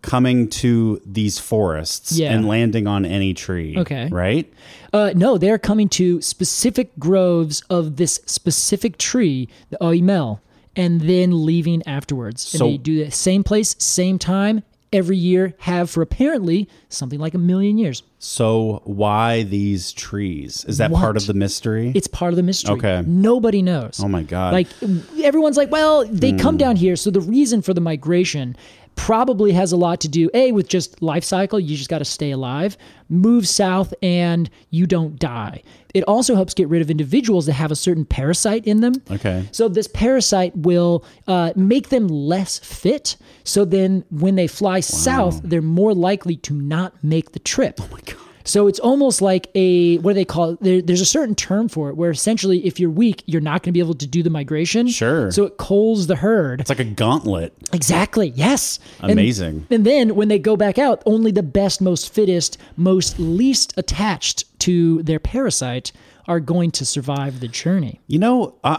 [SPEAKER 3] coming to these forests
[SPEAKER 4] Yeah.
[SPEAKER 3] and landing on any tree.
[SPEAKER 4] Okay.
[SPEAKER 3] Right?
[SPEAKER 4] Uh, no, they're coming to specific groves of this specific tree, the Oimel, and then leaving afterwards.
[SPEAKER 3] So-
[SPEAKER 4] and they do the same place, same time, every year, have for apparently something like a million years.
[SPEAKER 3] So, why these trees? Is that part
[SPEAKER 4] What?
[SPEAKER 3] of the mystery?
[SPEAKER 4] It's part of the mystery.
[SPEAKER 3] Okay.
[SPEAKER 4] Nobody knows.
[SPEAKER 3] Oh my God. Hmm.
[SPEAKER 4] Like everyone's like, well, they come down here, so the reason for the migration probably has a lot to do a with just life cycle. You just got to stay alive, move south, and you don't die. It also helps get rid of individuals that have a certain parasite in them.
[SPEAKER 3] Okay.
[SPEAKER 4] So this parasite will uh, make them less fit. So then, when they fly south, they're more likely to not make the trip. Oh my god! So it's almost like a what do they call it? There, there's a certain term for it, where essentially, if you're weak, you're not going to be able to do the migration.
[SPEAKER 3] Sure.
[SPEAKER 4] So it culls the herd.
[SPEAKER 3] It's like a gauntlet.
[SPEAKER 4] Exactly. Yes. And-
[SPEAKER 3] Amazing.
[SPEAKER 4] And, then when they go back out, only the best, most fittest, most least attached to their parasite are going to survive the journey.
[SPEAKER 3] You know, uh,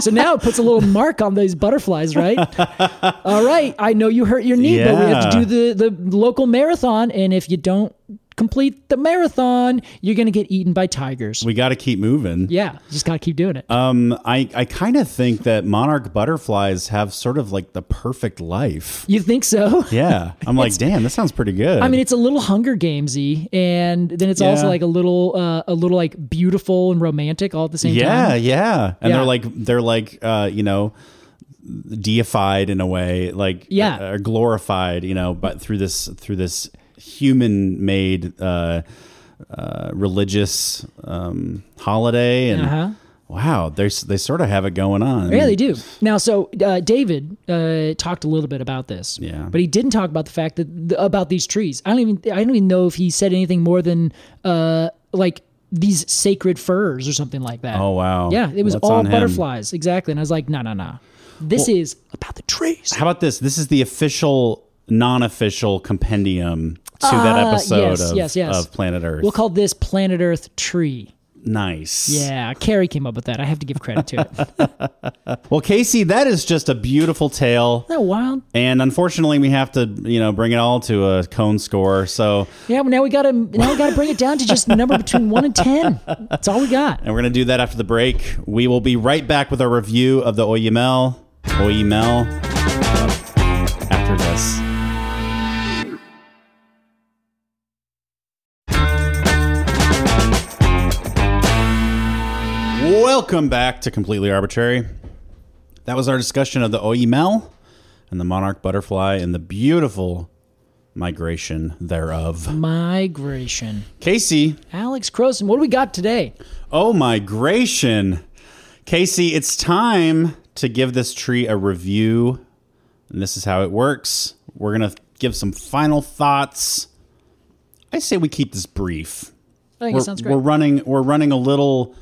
[SPEAKER 4] So now it puts a little mark on those butterflies, right? All right, I know you hurt your knee, but we have to
[SPEAKER 3] Yeah.
[SPEAKER 4] do the the local marathon, and if you don't complete the marathon, you're gonna get eaten by tigers.
[SPEAKER 3] we got to keep moving.
[SPEAKER 4] yeah, just gotta keep doing it.
[SPEAKER 3] Um, I, I kind of think that monarch butterflies have sort of like the perfect life.
[SPEAKER 4] you think so?
[SPEAKER 3] Yeah. I'm like, damn, that sounds pretty good.
[SPEAKER 4] I mean, it's a little Hunger Gamesy, and then it's also
[SPEAKER 3] Yeah.
[SPEAKER 4] like a little, uh, a little like beautiful and romantic all at the same
[SPEAKER 3] yeah,
[SPEAKER 4] time.
[SPEAKER 3] yeah. And
[SPEAKER 4] Yeah.
[SPEAKER 3] they're like they're like uh, you know, deified in a way, like
[SPEAKER 4] Yeah.
[SPEAKER 3] uh, or glorified, you know, but through this through this human made uh uh religious um holiday and
[SPEAKER 4] Uh huh.
[SPEAKER 3] Wow, they s- they sort of have it going on.
[SPEAKER 4] Yeah, they do. Now, so uh, David uh, talked a little bit about this.
[SPEAKER 3] Yeah.
[SPEAKER 4] But he didn't talk about the fact that th- about these trees. I don't even I don't even know if he said anything more than uh, like these sacred firs or something like that.
[SPEAKER 3] Oh wow.
[SPEAKER 4] Yeah, it was
[SPEAKER 3] That's
[SPEAKER 4] all
[SPEAKER 3] on him.
[SPEAKER 4] butterflies exactly, and I was like, no, no, no. This is about the trees.
[SPEAKER 3] How about this? This is the official, non-official compendium to that episode
[SPEAKER 4] Uh, Ah, yes,
[SPEAKER 3] of,
[SPEAKER 4] yes, yes.
[SPEAKER 3] of Planet Earth.
[SPEAKER 4] We'll call this Planet Earth Tree.
[SPEAKER 3] nice.
[SPEAKER 4] Yeah, Carrie came up with that. I have to give credit to it. Isn't
[SPEAKER 3] Well, Casey, that is just a beautiful tale.
[SPEAKER 4] that wild?
[SPEAKER 3] And unfortunately, we have to, you know, bring it all to a cone score. So,
[SPEAKER 4] Yeah, well, now we gotta now we gotta bring it down to just a number between one and ten. That's all we got.
[SPEAKER 3] and we're going to do that after the break. We will be right back with a review of the E Oyamel. Oyamel. E After this. Welcome back to Completely Arbitrary. That was our discussion of the Oyamel and the monarch butterfly and the beautiful migration thereof.
[SPEAKER 4] Migration.
[SPEAKER 3] Casey,
[SPEAKER 4] Alex Croson, what do we got today?
[SPEAKER 3] Oh migration. Casey, it's time to give this tree a review. And this is how it works. We're going to give some final thoughts. I say we keep this brief.
[SPEAKER 4] I think
[SPEAKER 3] We're,
[SPEAKER 4] it sounds
[SPEAKER 3] we're
[SPEAKER 4] great.
[SPEAKER 3] running we're running a little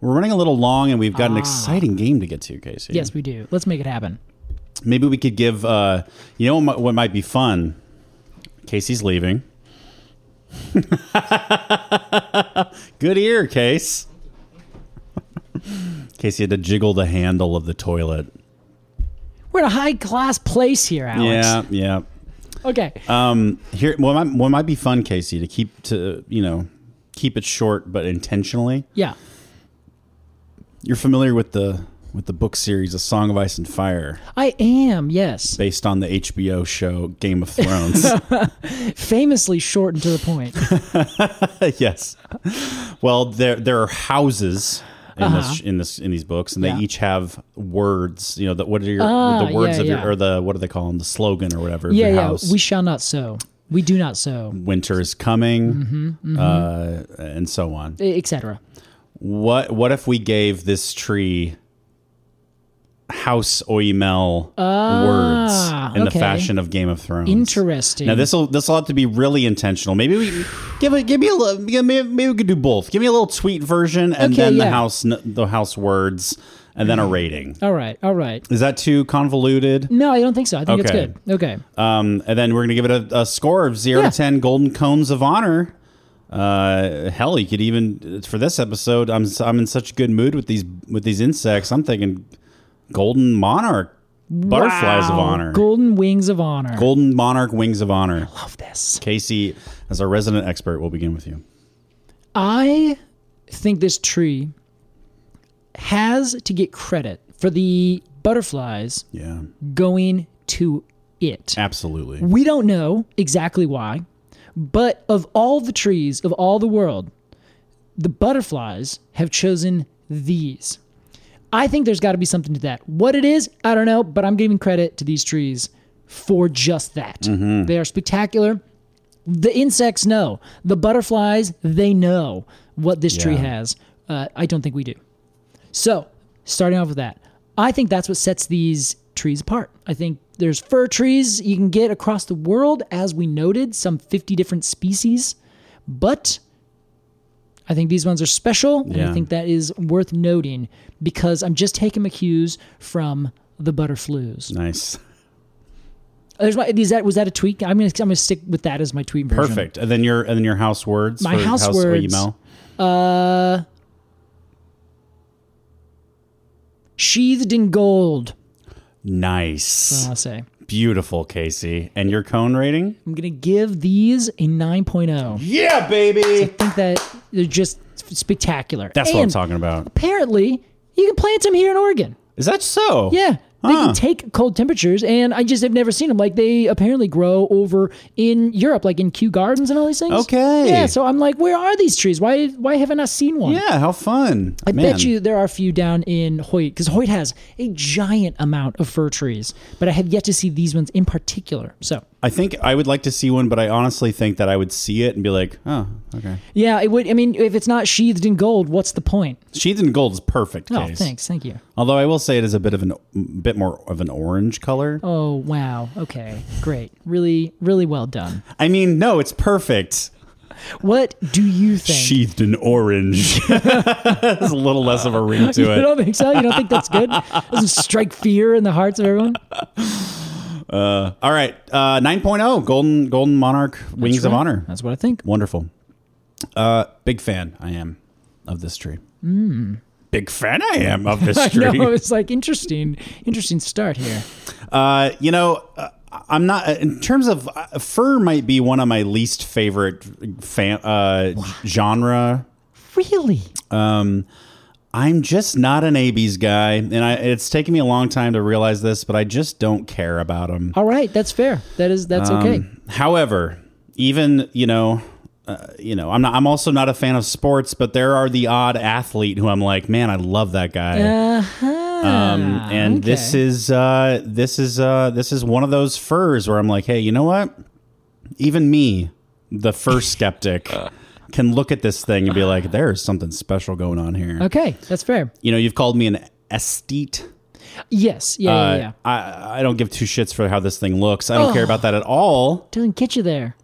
[SPEAKER 3] we're running a little long and we've got an exciting game to get to, Casey.
[SPEAKER 4] Ah. Yes, we do. Let's make it happen.
[SPEAKER 3] Maybe we could give uh you know what might, what might be fun. Casey's leaving. Good ear, Case. Casey had to jiggle the handle of the toilet.
[SPEAKER 4] We're in a high class place here, Alex.
[SPEAKER 3] Yeah, yeah.
[SPEAKER 4] Okay.
[SPEAKER 3] Here, what might, what might be fun, Casey, to keep to you know keep it short but intentionally.
[SPEAKER 4] yeah.
[SPEAKER 3] You're familiar with the with the book series, A Song of Ice and Fire,
[SPEAKER 4] I am, yes.
[SPEAKER 3] based on the HBO show Game of Thrones.
[SPEAKER 4] Famously short and to the point.
[SPEAKER 3] yes. Well, there there are houses in this in this in these books, and they
[SPEAKER 4] Uh-huh. Yeah.
[SPEAKER 3] each have words. You know, the, what are your
[SPEAKER 4] Ah,
[SPEAKER 3] the words
[SPEAKER 4] yeah,
[SPEAKER 3] of
[SPEAKER 4] yeah.
[SPEAKER 3] your or the what do they call them? The slogan or whatever. of
[SPEAKER 4] yeah,
[SPEAKER 3] your
[SPEAKER 4] yeah.
[SPEAKER 3] House.
[SPEAKER 4] We shall not sow. We do not sow,
[SPEAKER 3] Winter is coming,
[SPEAKER 4] Mm-hmm,
[SPEAKER 3] Uh, and so on.
[SPEAKER 4] e-, etc.
[SPEAKER 3] What what if we gave this tree house oimel words in the
[SPEAKER 4] Ah, okay.
[SPEAKER 3] fashion of Game of Thrones?
[SPEAKER 4] Interesting.
[SPEAKER 3] Now this will this will have to be really intentional. Maybe we give a, give me a li- give me- maybe we could do both. Give me a little tweet version and
[SPEAKER 4] Okay,
[SPEAKER 3] then the
[SPEAKER 4] yeah.
[SPEAKER 3] house n- the house words and then a rating.
[SPEAKER 4] all right, all right.
[SPEAKER 3] Is that too convoluted?
[SPEAKER 4] No, I don't think so. I think
[SPEAKER 3] Okay.
[SPEAKER 4] it's good. Okay.
[SPEAKER 3] Um, and then we're gonna give it a, a score of zero
[SPEAKER 4] Yeah.
[SPEAKER 3] to ten golden cones of honor. Uh, hell, you could even for this episode. I'm s- I'm in such good mood with these with these insects. I'm thinking golden monarch butterflies of
[SPEAKER 4] Wow.
[SPEAKER 3] honor,
[SPEAKER 4] Golden wings of honor.
[SPEAKER 3] golden monarch wings of honor.
[SPEAKER 4] Love this.
[SPEAKER 3] Casey, as our resident expert, we'll begin with you.
[SPEAKER 4] I think this tree has to get credit for the butterflies
[SPEAKER 3] Yeah,
[SPEAKER 4] going to it.
[SPEAKER 3] absolutely.
[SPEAKER 4] We don't know exactly why, but of all the trees of all the world, the butterflies have chosen these. I think there's got to be something to that. What it is, I don't know, but I'm giving credit to these trees for just that. They are spectacular. The insects know. The butterflies, they know what this tree
[SPEAKER 3] Yeah.
[SPEAKER 4] has. Uh, I don't think we do. So, starting off with that, I think that's what sets these trees apart. I think there's fir trees you can get across the world, as we noted, some 50 different species. But I think these ones are special, and
[SPEAKER 3] Yeah.
[SPEAKER 4] I think that is worth noting because I'm just taking my cues from the butterflies.
[SPEAKER 3] Nice,
[SPEAKER 4] There's my, is that was that a tweet? I'm gonna I'm gonna stick with that as my tweet version.
[SPEAKER 3] perfect. And then your and then your house words.
[SPEAKER 4] My
[SPEAKER 3] for
[SPEAKER 4] house
[SPEAKER 3] or
[SPEAKER 4] words.
[SPEAKER 3] email.
[SPEAKER 4] Uh, sheathed in gold.
[SPEAKER 3] Nice,
[SPEAKER 4] I'll say.
[SPEAKER 3] beautiful, Casey. And your cone rating?
[SPEAKER 4] I'm going to give these a 9.0.
[SPEAKER 3] Yeah, baby.
[SPEAKER 4] I think that they're just spectacular.
[SPEAKER 3] That's what I'm
[SPEAKER 4] And
[SPEAKER 3] talking about.
[SPEAKER 4] Apparently, you can plant them here in Oregon.
[SPEAKER 3] Is that so?
[SPEAKER 4] Yeah. They
[SPEAKER 3] Huh.
[SPEAKER 4] can take cold temperatures, and I just have never seen them. Like, they apparently grow over in Europe, like in Kew Gardens and all these things.
[SPEAKER 3] Okay.
[SPEAKER 4] Yeah, so I'm like, where are these trees? Why why haven't I seen one?
[SPEAKER 3] Yeah, how fun.
[SPEAKER 4] I bet you there are a few down in Hoyt, because Hoyt has a giant amount of fir trees, but I have yet to see these ones in particular. So
[SPEAKER 3] I think I would like to see one, but I honestly think that I would see it and be like, oh, okay.
[SPEAKER 4] Yeah, it would. I mean, if it's not sheathed in gold, what's the point?
[SPEAKER 3] Sheathed in gold is perfect.
[SPEAKER 4] Oh,
[SPEAKER 3] case.
[SPEAKER 4] thanks, thank you.
[SPEAKER 3] Although I will say it is a bit of an bit more of an orange color.
[SPEAKER 4] Oh wow, okay, great, really, really well done.
[SPEAKER 3] I mean, no, it's perfect.
[SPEAKER 4] What do you think?
[SPEAKER 3] Sheathed in orange. There's a little less of a ring
[SPEAKER 4] you
[SPEAKER 3] to it.
[SPEAKER 4] don't think so? You don't think that's good? Doesn't strike fear in the hearts of everyone?
[SPEAKER 3] Uh, all right, uh, 9.0 Golden Golden Monarch Wings of
[SPEAKER 4] Right?
[SPEAKER 3] Honor.
[SPEAKER 4] That's what I think.
[SPEAKER 3] Wonderful. Uh, big fan I am of this tree. Mm. Big fan I am of this
[SPEAKER 4] Hmm. I
[SPEAKER 3] tree.
[SPEAKER 4] know it's like interesting, interesting start here.
[SPEAKER 3] Uh, you know, uh, I'm not in terms of uh, fur might be one of my least favorite fan, uh, genre.
[SPEAKER 4] Really?
[SPEAKER 3] Um, I'm just not an AB's guy, and I, it's taken me a long time to realize this, but I just don't care about them.
[SPEAKER 4] All right, that's fair. That is that's okay.
[SPEAKER 3] However, even you know. Uh, you know, I'm not. I'm also not a fan of sports, but there are the odd athlete who I'm like, man, I love that guy.
[SPEAKER 4] Uh-huh.
[SPEAKER 3] Um, and this
[SPEAKER 4] okay.
[SPEAKER 3] is uh, this is uh, this is one of those furs where I'm like, hey, you know what? Even me, the fur skeptic, can look at this thing and be like, there is something special going on here.
[SPEAKER 4] okay. That's fair.
[SPEAKER 3] You know, you've called me an esthete.
[SPEAKER 4] Yes. Yeah.
[SPEAKER 3] Uh,
[SPEAKER 4] yeah. yeah. Oh.
[SPEAKER 3] I I don't give two shits for how this thing looks. I don't care about that at all.
[SPEAKER 4] Doesn't get you there.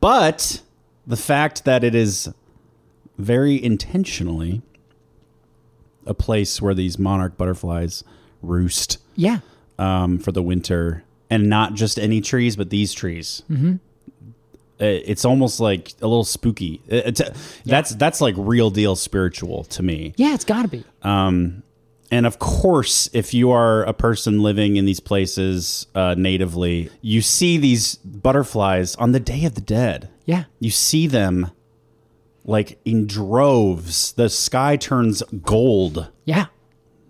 [SPEAKER 3] But the fact that it is very intentionally a place where these monarch butterflies roost
[SPEAKER 4] Yeah.
[SPEAKER 3] um, for the winter, and not just any trees, but these trees. Mm-hmm. It's almost like a little spooky. It- it's- That's that's like real deal spiritual to me.
[SPEAKER 4] Yeah. It's got to be.
[SPEAKER 3] And of course, if you are a person living in these places uh, natively, you see these butterflies on the Day of the Dead.
[SPEAKER 4] Yeah.
[SPEAKER 3] You see them like in droves. The sky turns gold,
[SPEAKER 4] Yeah.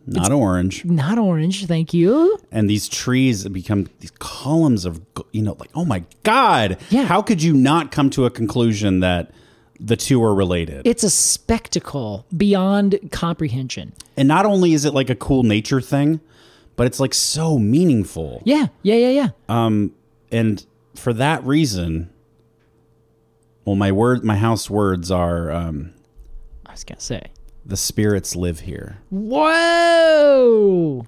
[SPEAKER 3] not orange.
[SPEAKER 4] Not orange. Thank you.
[SPEAKER 3] and these trees become these columns of you know like oh my god
[SPEAKER 4] Yeah.
[SPEAKER 3] how could you not come to a conclusion that the two are related
[SPEAKER 4] It's a spectacle beyond comprehension.
[SPEAKER 3] and not only is it like a cool nature thing but it's like so meaningful
[SPEAKER 4] Yeah. Yeah. Yeah. Yeah.
[SPEAKER 3] and for that reason well my word my house words are um,
[SPEAKER 4] I was gonna say.
[SPEAKER 3] the spirits live here
[SPEAKER 4] Whoa.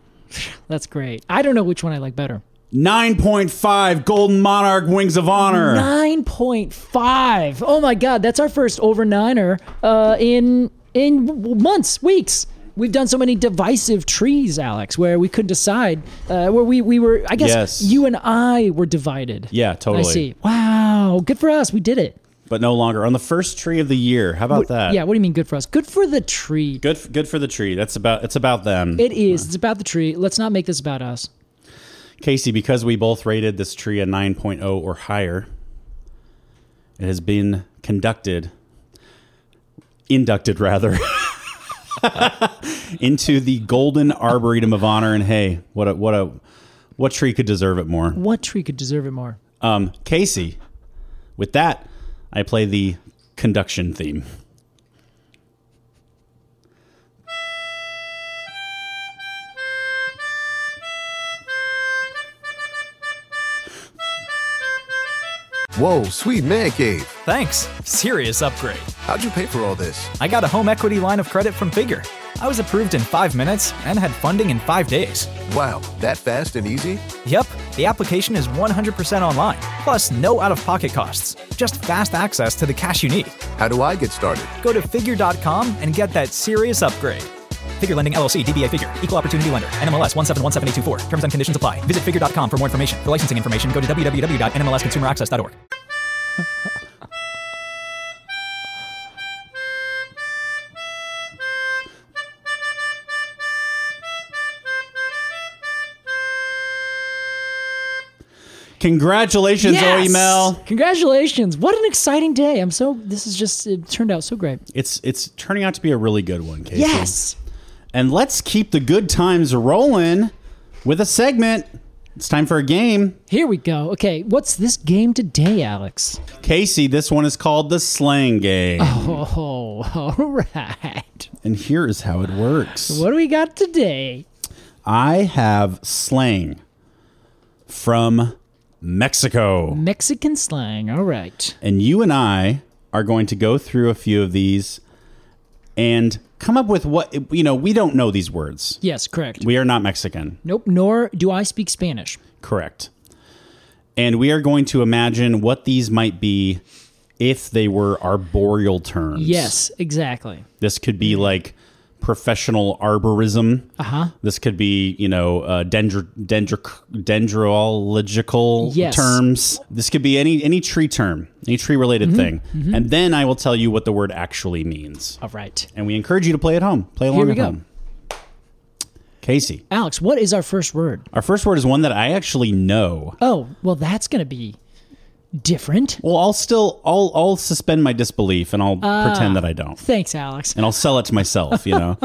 [SPEAKER 4] That's great. I don't know which one I like better.
[SPEAKER 3] 9.5 golden monarch wings of honor
[SPEAKER 4] 9.5. Oh my god, that's our first over niner uh, in in w- months, weeks. We've done so many divisive trees, Alex, where we couldn't decide uh, where we we were I guess
[SPEAKER 3] Yes.
[SPEAKER 4] you and I were divided.
[SPEAKER 3] yeah
[SPEAKER 4] I
[SPEAKER 3] totally
[SPEAKER 4] see. Wow, good for us. We did it.
[SPEAKER 3] but no longer on the first tree of the year how about that
[SPEAKER 4] Yeah, what do you mean good for us? Good for the tree.
[SPEAKER 3] good f- good for the tree that's about it's about them
[SPEAKER 4] It is. It's about the tree. Let's not make this about us.
[SPEAKER 3] Casey, because we both rated this tree a 9.0 or higher, it has been conducted, inducted rather, into the Golden Arboretum of Honor. And hey, what a, what a, what tree could deserve it more?
[SPEAKER 4] What tree could deserve it more?
[SPEAKER 3] Um, Casey, with that, I play the conduction theme.
[SPEAKER 6] Whoa, sweet man cave.
[SPEAKER 7] Thanks. Serious upgrade.
[SPEAKER 6] How'd you pay for all this?
[SPEAKER 7] I got a home equity line of credit from Figure. I was approved in five minutes and had funding in five days.
[SPEAKER 6] Wow, that fast and easy?
[SPEAKER 7] Yep, the application is 100% online, plus no out of pocket costs, just fast access to the cash you need.
[SPEAKER 6] How do I get started?
[SPEAKER 7] Go to figure.com and get that serious upgrade. Figure Lending LLC, DBA Figure, Equal Opportunity Lender, NMLS 1717824. Terms and conditions apply. Visit figure.com for more information. For licensing information, go to www.nmlsconsumeraccess.org.
[SPEAKER 3] Congratulations, E
[SPEAKER 4] Yes!
[SPEAKER 3] OEML.
[SPEAKER 4] Congratulations. What an exciting day. I'm so this is just it turned out so great.
[SPEAKER 3] It's it's turning out to be a really good one, Casey.
[SPEAKER 4] Yes.
[SPEAKER 3] And let's keep the good times rolling with a segment. It's time for a game.
[SPEAKER 4] Here we go. Okay, what's this game today, Alex?
[SPEAKER 3] Casey, this one is called the slang game.
[SPEAKER 4] Oh, all right.
[SPEAKER 3] And here is how it works
[SPEAKER 4] What do we got today?
[SPEAKER 3] I have slang from Mexico.
[SPEAKER 4] Mexican slang. All right.
[SPEAKER 3] And you and I are going to go through a few of these and come up with what, you know, we don't know these words.
[SPEAKER 4] Yes, correct.
[SPEAKER 3] We are not Mexican.
[SPEAKER 4] nope, nor do I speak Spanish.
[SPEAKER 3] Correct. And we are going to imagine what these might be if they were arboreal terms.
[SPEAKER 4] Yes, exactly.
[SPEAKER 3] This could
[SPEAKER 4] Mm-hmm.
[SPEAKER 3] be like professional arborism. Uh
[SPEAKER 4] Uh-huh.
[SPEAKER 3] huh. This could be, you know, uh, dendro- dendro- dendrological
[SPEAKER 4] Yes.
[SPEAKER 3] terms. This could be any any tree term, any tree related
[SPEAKER 4] Mm-hmm.
[SPEAKER 3] thing. And then I will tell you what the word actually means.
[SPEAKER 4] All right.
[SPEAKER 3] And we encourage you to play at home. Play along
[SPEAKER 4] we
[SPEAKER 3] at
[SPEAKER 4] go.
[SPEAKER 3] home. Casey,
[SPEAKER 4] Alex, what is our first word?
[SPEAKER 3] our first word is one that I actually know.
[SPEAKER 4] Oh, well, that's going to be different.
[SPEAKER 3] Well, I'll still I'll I'll suspend my disbelief and I'll
[SPEAKER 4] Ah.
[SPEAKER 3] pretend that I don't.
[SPEAKER 4] Thanks, Alex.
[SPEAKER 3] And I'll sell it to myself, you know.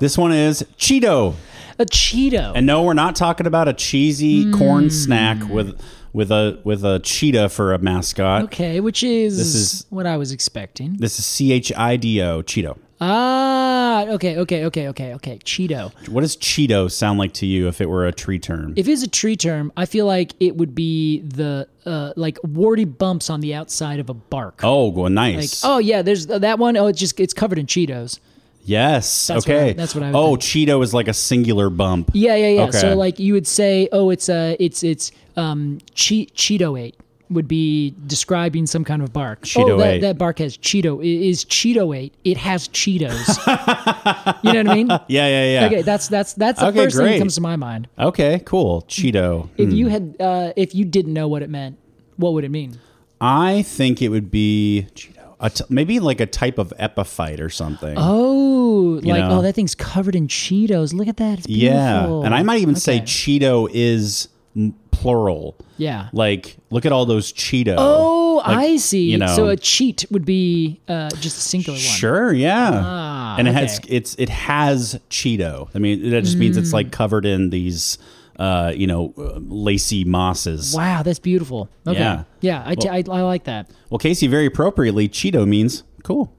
[SPEAKER 3] this one is Cheeto.
[SPEAKER 4] A Cheeto.
[SPEAKER 3] And no, we're not talking about a cheesy
[SPEAKER 4] Mm.
[SPEAKER 3] corn snack with with a with a cheetah for a mascot.
[SPEAKER 4] okay, which is,
[SPEAKER 3] This is-
[SPEAKER 4] what I was expecting.
[SPEAKER 3] This is C H I D O, Cheeto.
[SPEAKER 4] Ah, okay, okay, okay, okay, okay. Cheeto.
[SPEAKER 3] What does Cheeto sound like to you if it were a tree term?
[SPEAKER 4] If it's a tree term, I feel like it would be the uh, like warty bumps on the outside of a bark.
[SPEAKER 3] oh, well,
[SPEAKER 4] Like,
[SPEAKER 3] nice.
[SPEAKER 4] oh yeah, there's that one. Oh, it's just it's covered in Cheetos.
[SPEAKER 3] yes.
[SPEAKER 4] That's what
[SPEAKER 3] okay.
[SPEAKER 4] I- that's what I would
[SPEAKER 3] Oh,
[SPEAKER 4] think.
[SPEAKER 3] Cheeto is like a singular bump.
[SPEAKER 4] Yeah, yeah, yeah.
[SPEAKER 3] Okay.
[SPEAKER 4] So like you would say, oh, it's a, it's it's um, che- Cheeto eight would be describing some kind of bark. oh, that,
[SPEAKER 3] Cheeto-ate.
[SPEAKER 4] that bark has Cheeto. It is Cheeto eight. It has Cheetos. you know what I mean?
[SPEAKER 3] Yeah, yeah, yeah.
[SPEAKER 4] Okay, that's that's that's the
[SPEAKER 3] Okay,
[SPEAKER 4] first thing
[SPEAKER 3] great.
[SPEAKER 4] that comes to my mind.
[SPEAKER 3] Okay, cool. Cheeto. Mm.
[SPEAKER 4] If you had, uh, if you didn't know what it meant, what would it mean?
[SPEAKER 3] I think it would be Cheeto. A t- maybe like a type of epiphyte or something.
[SPEAKER 4] Oh, like
[SPEAKER 3] know.
[SPEAKER 4] oh, that thing's covered in Cheetos. Look at that. It's
[SPEAKER 3] yeah.
[SPEAKER 4] beautiful.
[SPEAKER 3] And I might even say
[SPEAKER 4] Okay.
[SPEAKER 3] Cheeto is m- plural.
[SPEAKER 4] yeah.
[SPEAKER 3] Like, look at all those Cheeto.
[SPEAKER 4] Oh,
[SPEAKER 3] Like,
[SPEAKER 4] I see.
[SPEAKER 3] you know.
[SPEAKER 4] so a cheat would be uh, just a singular one. Ah,
[SPEAKER 3] Sure, yeah. and it has
[SPEAKER 4] okay. Mm.
[SPEAKER 3] it's it has Cheeto. I mean, that just means it's like covered in these uh, you know, uh, lacy mosses.
[SPEAKER 4] Wow, that's beautiful. Okay.
[SPEAKER 3] Yeah.
[SPEAKER 4] Yeah, I, t- I, I like that.
[SPEAKER 3] Well, Casey very appropriately Cheeto means cool.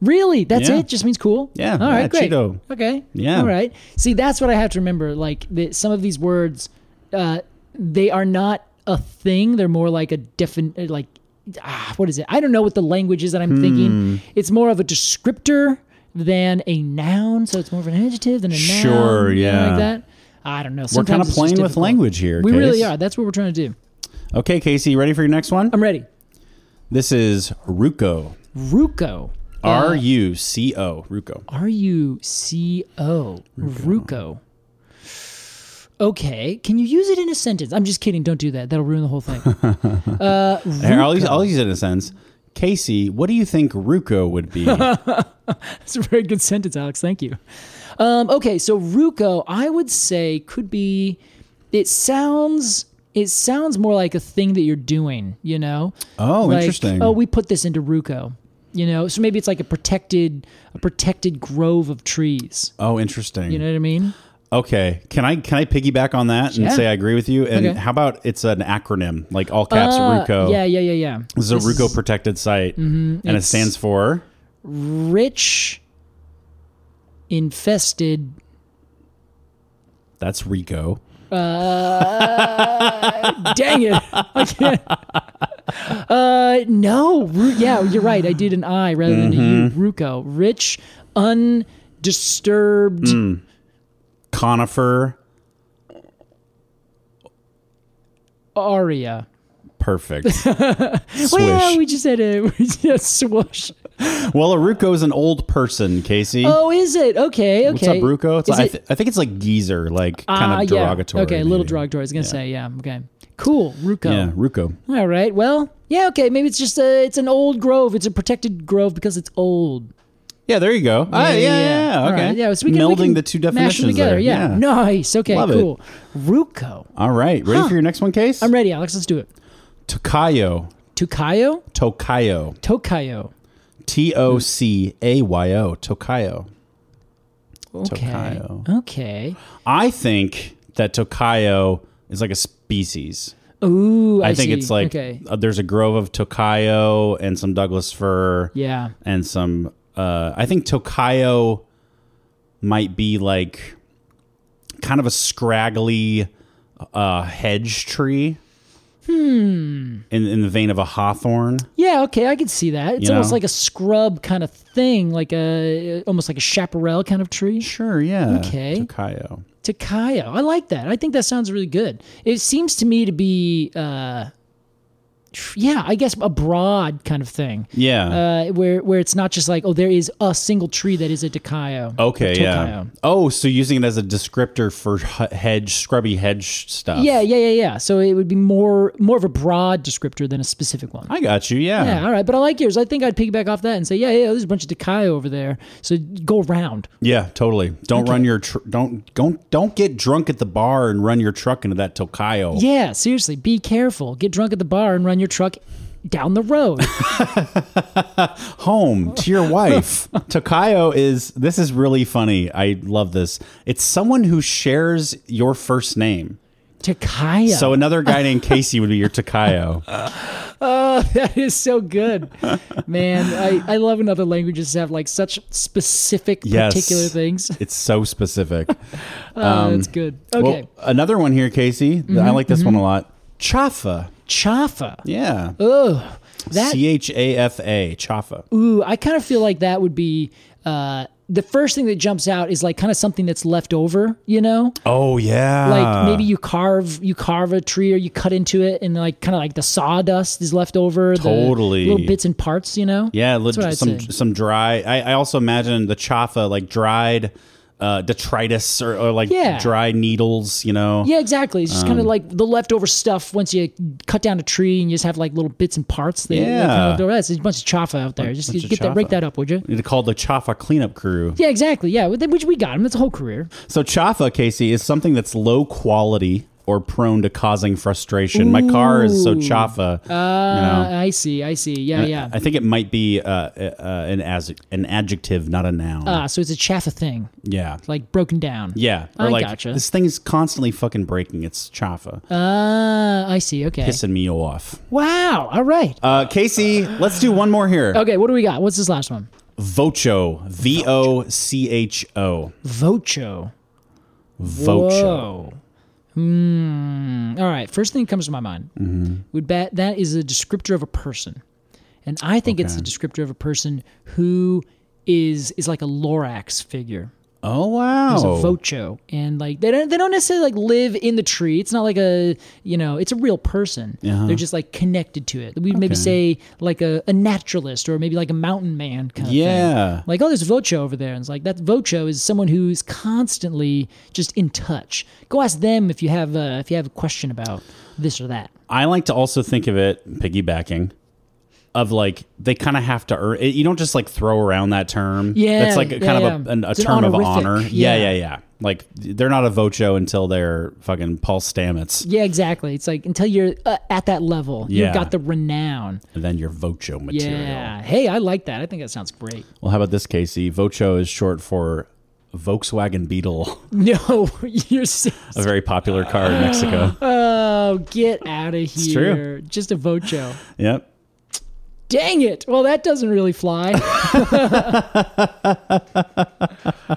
[SPEAKER 4] Really? That's
[SPEAKER 3] Yeah.
[SPEAKER 4] it? Just means cool?
[SPEAKER 3] Yeah,
[SPEAKER 4] All
[SPEAKER 3] yeah,
[SPEAKER 4] right, great.
[SPEAKER 3] Cheeto.
[SPEAKER 4] Okay.
[SPEAKER 3] Yeah.
[SPEAKER 4] All right. See, that's what I have to remember. Like, that some of these words, uh, they are not a thing. They're more like a definite, like, ah, what is it? I don't know what the language is that I'm
[SPEAKER 3] Hmm.
[SPEAKER 4] thinking. It's more of a descriptor than a noun. So it's more of an adjective than a noun.
[SPEAKER 3] Sure,
[SPEAKER 4] you know,
[SPEAKER 3] yeah.
[SPEAKER 4] Like that. I don't know.
[SPEAKER 3] We're kind
[SPEAKER 4] Sometimes
[SPEAKER 3] of
[SPEAKER 4] it's just
[SPEAKER 3] playing with
[SPEAKER 4] difficult.
[SPEAKER 3] language here.
[SPEAKER 4] We really
[SPEAKER 3] Case.
[SPEAKER 4] are. That's what we're trying to do.
[SPEAKER 3] Okay, Casey, you ready for your next one?
[SPEAKER 4] I'm ready.
[SPEAKER 3] This is Ruco.
[SPEAKER 4] Ruco.
[SPEAKER 3] R U C O. Ruco.
[SPEAKER 4] R U C O. Ruco. Okay. Can you use it in a sentence? I'm just kidding. Don't do that. That'll ruin the whole thing.
[SPEAKER 3] Here, I'll use, I'll use it in a sense. Casey, what do you think Ruco would be? Oh,
[SPEAKER 4] That's a very good sentence, Alex. Thank you. Um, okay. So Ruco, I would say, could be. It sounds. It sounds more like a thing that you're doing. You know.
[SPEAKER 3] Oh,
[SPEAKER 4] Like,
[SPEAKER 3] interesting.
[SPEAKER 4] Oh, we put this into Ruco. You know. So maybe it's like a protected, a protected grove of trees.
[SPEAKER 3] oh, interesting.
[SPEAKER 4] You know what I mean?
[SPEAKER 3] okay, can I can I piggyback on that and
[SPEAKER 4] Yeah.
[SPEAKER 3] say I agree with you? And
[SPEAKER 4] Okay.
[SPEAKER 3] how about it's an acronym, like all caps
[SPEAKER 4] Uh,
[SPEAKER 3] Ruco.
[SPEAKER 4] Yeah, yeah, yeah, yeah.
[SPEAKER 3] This is a Ruco protected site, and it
[SPEAKER 4] Mm-hmm. it's-
[SPEAKER 3] stands for
[SPEAKER 4] rich infested
[SPEAKER 3] that's Rico.
[SPEAKER 4] dang it i can't uh no Ru- yeah you're right i did an i rather than a
[SPEAKER 3] Mm-hmm.
[SPEAKER 4] u ruco rich undisturbed
[SPEAKER 3] Mm. Conifer.
[SPEAKER 4] aria
[SPEAKER 3] Perfect. Swish.
[SPEAKER 4] well we just had a we just swoosh
[SPEAKER 3] Well, a Ruco is an old person, Casey.
[SPEAKER 4] oh is it okay okay
[SPEAKER 3] What's up, Ruco? It's
[SPEAKER 4] Is
[SPEAKER 3] I,
[SPEAKER 4] it-
[SPEAKER 3] th- I think it's like geezer, like
[SPEAKER 4] Ah,
[SPEAKER 3] kind
[SPEAKER 4] yeah.
[SPEAKER 3] of derogatory.
[SPEAKER 4] okay a little
[SPEAKER 3] maybe.
[SPEAKER 4] derogatory i was gonna say yeah okay cool ruco
[SPEAKER 3] Yeah, Ruco.
[SPEAKER 4] all right well yeah okay maybe it's just a it's an old grove it's a protected grove because it's old
[SPEAKER 3] Yeah, there you go. Ah, Yeah, yeah, yeah.
[SPEAKER 4] All
[SPEAKER 3] Okay.
[SPEAKER 4] right, Yeah, so we can, we
[SPEAKER 3] melding
[SPEAKER 4] can
[SPEAKER 3] the two
[SPEAKER 4] mash them
[SPEAKER 3] definitions
[SPEAKER 4] together.
[SPEAKER 3] there.
[SPEAKER 4] Yeah. nice. Okay,
[SPEAKER 3] Love it.
[SPEAKER 4] cool. Ruco.
[SPEAKER 3] All right. Ready for your next one, Case?
[SPEAKER 4] I'm ready, Alex. Let's do it.
[SPEAKER 3] Tokayo.
[SPEAKER 4] Tukayo,
[SPEAKER 3] Tokayo.
[SPEAKER 4] Tokayo.
[SPEAKER 3] T O C A Y O. Tokayo.
[SPEAKER 4] Okay.
[SPEAKER 3] Tokayo.
[SPEAKER 4] Okay.
[SPEAKER 3] I think that Tokayo is like a species.
[SPEAKER 4] Ooh, I,
[SPEAKER 3] I, think
[SPEAKER 4] see.
[SPEAKER 3] it's like
[SPEAKER 4] okay.
[SPEAKER 3] uh, there's a grove of Tokayo and some Douglas fir
[SPEAKER 4] Yeah.
[SPEAKER 3] and some. Uh, I think Tokayo might be like kind of a scraggly uh, hedge tree.
[SPEAKER 4] Hmm.
[SPEAKER 3] in in the vein of a hawthorn.
[SPEAKER 4] Yeah, okay, I can see that. It's
[SPEAKER 3] You
[SPEAKER 4] almost
[SPEAKER 3] know?
[SPEAKER 4] like a scrub kind of thing, like a almost like a chaparral kind of tree.
[SPEAKER 3] Sure, yeah.
[SPEAKER 4] Okay.
[SPEAKER 3] Tokayo.
[SPEAKER 4] Takaya, I like that. I think that sounds really good. It seems to me to be, uh, tr- yeah, I guess a broad kind of thing.
[SPEAKER 3] Yeah.
[SPEAKER 4] Uh, where where it's not just like oh there is a single tree that is a Takayo.
[SPEAKER 3] okay, yeah. Oh, so using it as a descriptor for h- hedge, scrubby hedge stuff.
[SPEAKER 4] Yeah, yeah, yeah, yeah. So it would be more more of a broad descriptor than a specific one.
[SPEAKER 3] I got you. Yeah.
[SPEAKER 4] Yeah, all right, but I like yours. I think I'd piggyback off that and say, yeah, yeah, there's a bunch of Takayo over there. So go around.
[SPEAKER 3] Yeah, totally. Don't run your tr- don't don't don't get drunk at the bar and run your truck into that Tokayo.
[SPEAKER 4] Yeah, seriously, be careful. Get drunk at the bar and run your truck down the road.
[SPEAKER 3] Home to your wife. Tokayo is this is really funny. I love this. It's someone who shares your first name.
[SPEAKER 4] Takayo.
[SPEAKER 3] So another guy named Casey would be your Tokayo.
[SPEAKER 4] that is so good. Man, I, I love when other languages have like such specific
[SPEAKER 3] Yes.
[SPEAKER 4] particular things.
[SPEAKER 3] It's so specific.
[SPEAKER 4] Oh, that's good. Okay.
[SPEAKER 3] Um, Well, another one here, Casey. Th-
[SPEAKER 4] Mm-hmm,
[SPEAKER 3] I like this one a lot. Chafa.
[SPEAKER 4] Chafa.
[SPEAKER 3] Yeah.
[SPEAKER 4] Oh, that
[SPEAKER 3] C H A F A. Chafa.
[SPEAKER 4] Ooh, I kind of feel like that would be uh, the first thing that jumps out is like kind of something that's left over, you know?
[SPEAKER 3] Oh yeah.
[SPEAKER 4] Like maybe you carve you carve a tree or you cut into it and like kind of like the sawdust is left over, the
[SPEAKER 3] Totally.
[SPEAKER 4] little bits and parts, you know?
[SPEAKER 3] Yeah,
[SPEAKER 4] That's what
[SPEAKER 3] lit-
[SPEAKER 4] I'd
[SPEAKER 3] some
[SPEAKER 4] say.
[SPEAKER 3] some dry. I, I also imagine the chafa like dried uh, detritus or, or like
[SPEAKER 4] Yeah.
[SPEAKER 3] dry needles. You know.
[SPEAKER 4] Yeah, exactly. It's just
[SPEAKER 3] Um.
[SPEAKER 4] kind of like the leftover stuff once you cut down a tree and you just have like little bits and parts. They, yeah.
[SPEAKER 3] Yeah.
[SPEAKER 4] Kind of, there's a bunch of chafa out there. Just
[SPEAKER 3] bunch of
[SPEAKER 4] get that, break
[SPEAKER 3] chafa.
[SPEAKER 4] that up, would you?
[SPEAKER 3] It's called the chafa cleanup crew.
[SPEAKER 4] Yeah, exactly. Yeah, which we got him. It's a whole career.
[SPEAKER 3] So chafa, Casey, is something that's low quality or prone to causing frustration. My car is so chafa.
[SPEAKER 4] Uh, I see. I see. Yeah, yeah.
[SPEAKER 3] I think it might be uh, uh, uh, an as an adjective, not a noun.
[SPEAKER 4] Ah, so it's a chaffa thing,
[SPEAKER 3] yeah.
[SPEAKER 4] like broken down.
[SPEAKER 3] Yeah. Or
[SPEAKER 4] I
[SPEAKER 3] like
[SPEAKER 4] gotcha.
[SPEAKER 3] this thing is constantly fucking breaking. It's chafa.
[SPEAKER 4] Ah, I see. Okay.
[SPEAKER 3] pissing me off.
[SPEAKER 4] Wow. All right.
[SPEAKER 3] Uh, Casey, let's do one more here.
[SPEAKER 4] okay. What do we got? What's this last one?
[SPEAKER 3] Vocho. V O C H O.
[SPEAKER 4] Vocho.
[SPEAKER 3] Vocho.
[SPEAKER 4] Whoa. Hmm. All right. First thing that comes to my mind would bet that is a descriptor of a person, and I think it's a descriptor of a person who is is like a Lorax figure.
[SPEAKER 3] Oh wow.
[SPEAKER 4] There's a vocho, and like they don't they don't necessarily like live in the tree. It's not like a you know it's a real person.
[SPEAKER 3] Uh-huh.
[SPEAKER 4] They're just like connected to it. We'd maybe say like a, a naturalist or maybe like a mountain man kind of thing.
[SPEAKER 3] Yeah.
[SPEAKER 4] Like oh, there's a vocho over there, and it's like that vocho is someone who's constantly just in touch. Go ask them if you have uh, if you have a question about this or that.
[SPEAKER 3] I like to also think of it piggybacking of like they kind of have to earn it. You don't just like throw around that term.
[SPEAKER 4] Yeah,
[SPEAKER 3] That's like a,
[SPEAKER 4] yeah,
[SPEAKER 3] kind of
[SPEAKER 4] yeah.
[SPEAKER 3] a, an, a
[SPEAKER 4] It's an
[SPEAKER 3] term of
[SPEAKER 4] honorific,
[SPEAKER 3] honor. Yeah. yeah,
[SPEAKER 4] yeah.
[SPEAKER 3] yeah, Like they're not a vocho until they're fucking Paul Stamets.
[SPEAKER 4] Yeah, exactly. It's like until you're uh, at that level,
[SPEAKER 3] Yeah.
[SPEAKER 4] you've got the renown.
[SPEAKER 3] And then you're vocho material.
[SPEAKER 4] Yeah. Hey, I like that. I think that sounds great.
[SPEAKER 3] Well, how about this, Casey? Vocho is short for Volkswagen Beetle,
[SPEAKER 4] No, you're serious.
[SPEAKER 3] a very popular car in Mexico.
[SPEAKER 4] Oh, get out of here.
[SPEAKER 3] true.
[SPEAKER 4] Just a vocho.
[SPEAKER 3] Yep.
[SPEAKER 4] Dang it. Well, that doesn't really fly.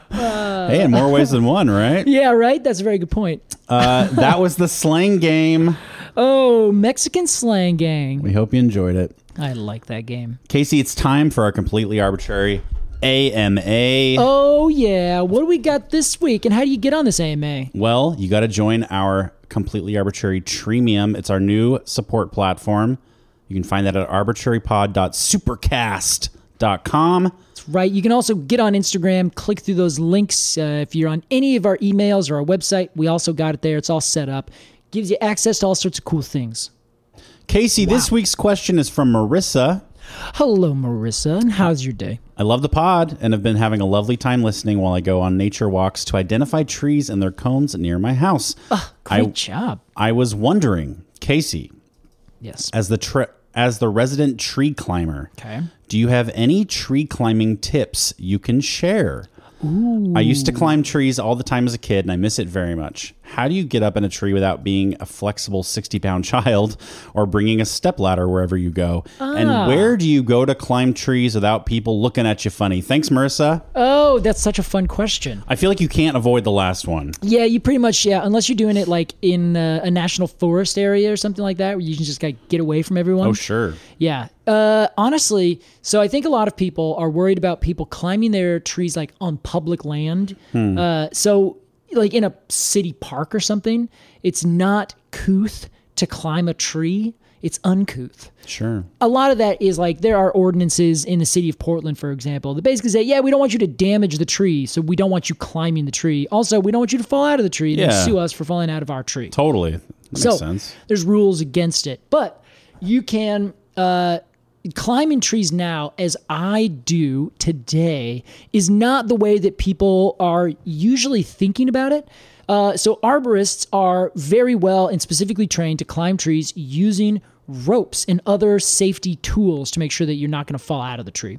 [SPEAKER 3] Hey, in more ways than one, right?
[SPEAKER 4] yeah, right? That's a very good point.
[SPEAKER 3] Uh, that was the slang game.
[SPEAKER 4] Oh, Mexican slang gang.
[SPEAKER 3] We hope you enjoyed it.
[SPEAKER 4] I like that game.
[SPEAKER 3] Casey, it's time for our completely arbitrary AMA.
[SPEAKER 4] Oh, yeah. What do we got this week? And how do you get on this AMA?
[SPEAKER 3] Well, you got to join our completely arbitrary Tremium. It's our new support platform. You can find that at arbitrarypod.supercast.com.
[SPEAKER 4] Right. You can also get on Instagram, click through those links. Uh, if you're on any of our emails or our website, we also got it there. It's all set up, gives you access to all sorts of cool things.
[SPEAKER 3] Casey, this week's question is from Marissa.
[SPEAKER 4] Hello, Marissa. And how's your day?
[SPEAKER 3] I love the pod and have been having a lovely time listening while I go on nature walks to identify trees and their cones near my house.
[SPEAKER 4] Great
[SPEAKER 3] I,
[SPEAKER 4] job.
[SPEAKER 3] I was wondering, Casey,
[SPEAKER 4] Yes.
[SPEAKER 3] as the tri- as the resident tree climber,
[SPEAKER 4] Okay.
[SPEAKER 3] do you have any tree climbing tips you can share? I used to climb trees all the time as a kid and I miss it very much. how do you get up in a tree without being a flexible 60 pound child or bringing a stepladder wherever you go? And where do you go to climb trees without people looking at you funny? Thanks, Marissa.
[SPEAKER 4] Oh, that's such a fun question.
[SPEAKER 3] I feel like you can't avoid the last one.
[SPEAKER 4] Yeah, you pretty much yeah, unless you're doing it like in uh, a national forest area or something like that, where you can just like get away from everyone.
[SPEAKER 3] Oh, sure.
[SPEAKER 4] Yeah. Uh, honestly, so I think a lot of people are worried about people climbing their trees like on public land. Uh, so, like in a city park or something, it's not couth to climb a tree, it's uncouth
[SPEAKER 3] Sure.
[SPEAKER 4] a lot of that is like there are ordinances in the city of Portland, for example, that basically say, yeah, we don't want you to damage the tree, so we don't want you climbing the tree. Also, we don't want you to fall out of the tree and then
[SPEAKER 3] Yeah.
[SPEAKER 4] sue us for falling out of our tree.
[SPEAKER 3] Totally. That makes
[SPEAKER 4] so
[SPEAKER 3] sense.
[SPEAKER 4] there's rules against it, but you can uh, climbing trees now, as I do today, is not the way that people are usually thinking about it. Uh, so arborists are very well and specifically trained to climb trees using ropes and other safety tools to make sure that you're not going to fall out of the tree.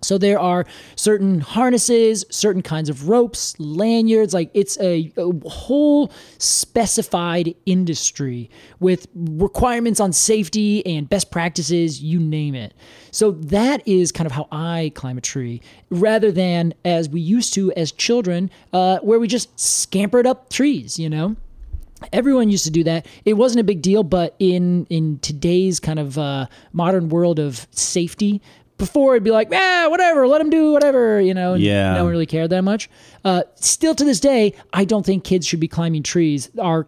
[SPEAKER 4] So there are certain harnesses, certain kinds of ropes, lanyards. Like it's a, a whole specified industry with requirements on safety and best practices, you name it. So that is kind of how I climb a tree rather than as we used to as children, uh, where we just scampered up trees, you know? everyone used to do that it wasn't a big deal but in in today's kind of uh, modern world of safety before it'd be like yeah whatever let them do whatever you know and
[SPEAKER 3] Yeah.
[SPEAKER 4] no one really cared that much uh, still to this day i don't think kids should be climbing trees our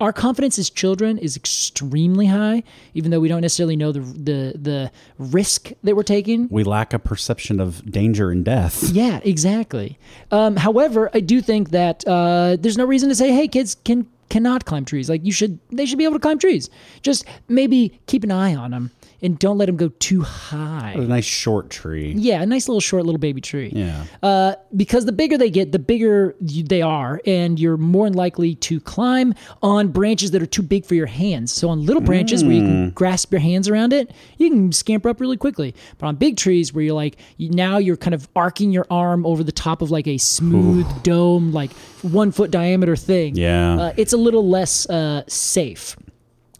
[SPEAKER 4] our confidence as children is extremely high even though we don't necessarily know the the the risk that we're taking
[SPEAKER 3] We lack a perception of danger and death.
[SPEAKER 4] yeah, exactly. Um, however, I do think that uh, there's no reason to say, "Hey, kids can cannot climb trees." Like you should, they should be able to climb trees. Just maybe keep an eye on them and don't let them go too
[SPEAKER 3] A
[SPEAKER 4] high.
[SPEAKER 3] nice short tree.
[SPEAKER 4] Yeah, a nice little short little baby tree.
[SPEAKER 3] Yeah.
[SPEAKER 4] Uh, because the bigger they get, the bigger you, they are, and you're more likely to climb on branches that are too big for your hands. So on little branches where you can
[SPEAKER 3] Mm.
[SPEAKER 4] grasp your hands around it, you can scamper up really quickly. But on big trees where you're like you- now you're kind of arcing your arm over the top of like a smooth dome, like one foot diameter thing.
[SPEAKER 3] Yeah.
[SPEAKER 4] uh, it's a little less uh, safe.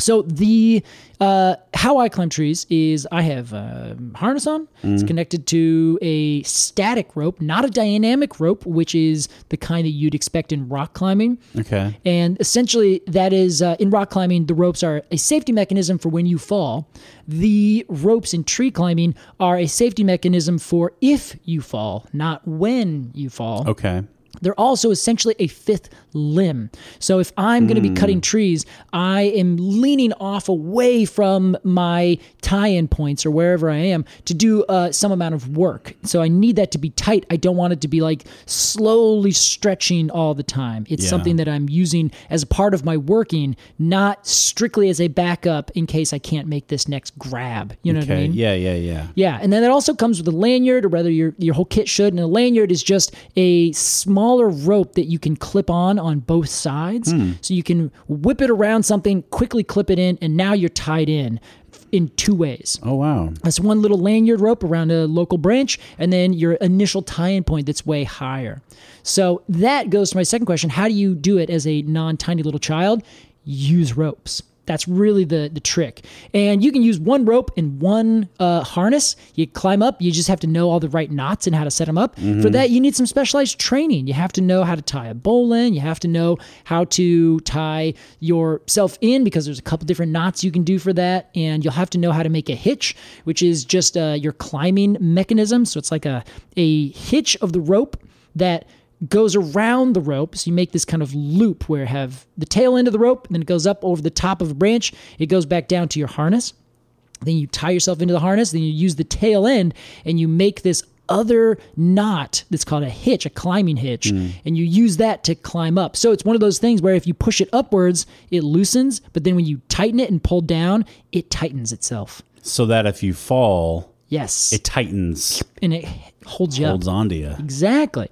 [SPEAKER 4] So the uh, how I climb trees is I have a harness on. It's connected to a static rope, not a dynamic rope, which is the kind that you'd expect in rock climbing.
[SPEAKER 3] Okay.
[SPEAKER 4] And essentially, that is uh, in rock climbing, the ropes are a safety mechanism for when you fall. The ropes in tree climbing are a safety mechanism for if you fall, not when you fall.
[SPEAKER 3] Okay.
[SPEAKER 4] They're also essentially a fifth limb. So if I'm going to
[SPEAKER 3] Hmm.
[SPEAKER 4] be cutting trees, I am leaning off away from my tie in points or wherever I am to do uh, some amount of work. So I need that to be tight. I don't want it to be like slowly stretching all the time. It's
[SPEAKER 3] Yeah.
[SPEAKER 4] something that I'm using as a part of my working, not strictly as a backup in case I can't make this next grab. You know what I
[SPEAKER 3] Okay.
[SPEAKER 4] mean?
[SPEAKER 3] Yeah, yeah, yeah.
[SPEAKER 4] Yeah, and then that also comes with a lanyard, or rather, your your whole kit should. And a lanyard is just a smaller rope that you can clip on on both sides, so you can whip it around something, quickly clip it in, and now you're tied in in two ways.
[SPEAKER 3] Oh, wow.
[SPEAKER 4] That's one little lanyard rope around a local branch, and then your initial tie-in point that's way higher. So that goes to my second question: How do you do it as a non-tiny little child? Use ropes. That's really the the trick. And you can use one rope and one uh, harness. You climb up. You just have to know all the right knots and how to set them up. For that, you need some specialized training. You have to know how to tie a bowline. You have to know how to tie yourself in because there's a couple different knots you can do for that. And you'll have to know how to make a hitch, which is just uh, your climbing mechanism. So it's like a, a hitch of the rope that goes around the rope. So you make this kind of loop where you have the tail end of the rope, and then it goes up over the top of a branch. It goes back down to your harness then you tie yourself into the harness then you use the tail end and you make this other knot that's called a hitch a climbing hitch
[SPEAKER 3] Hmm.
[SPEAKER 4] and you use that to climb up so it's one of those things where if you push it upwards it loosens but then when you tighten it and pull down it tightens itself
[SPEAKER 3] So that if you fall,
[SPEAKER 4] yes
[SPEAKER 3] it tightens,
[SPEAKER 4] and it holds you
[SPEAKER 3] holds
[SPEAKER 4] up
[SPEAKER 3] onto you.
[SPEAKER 4] exactly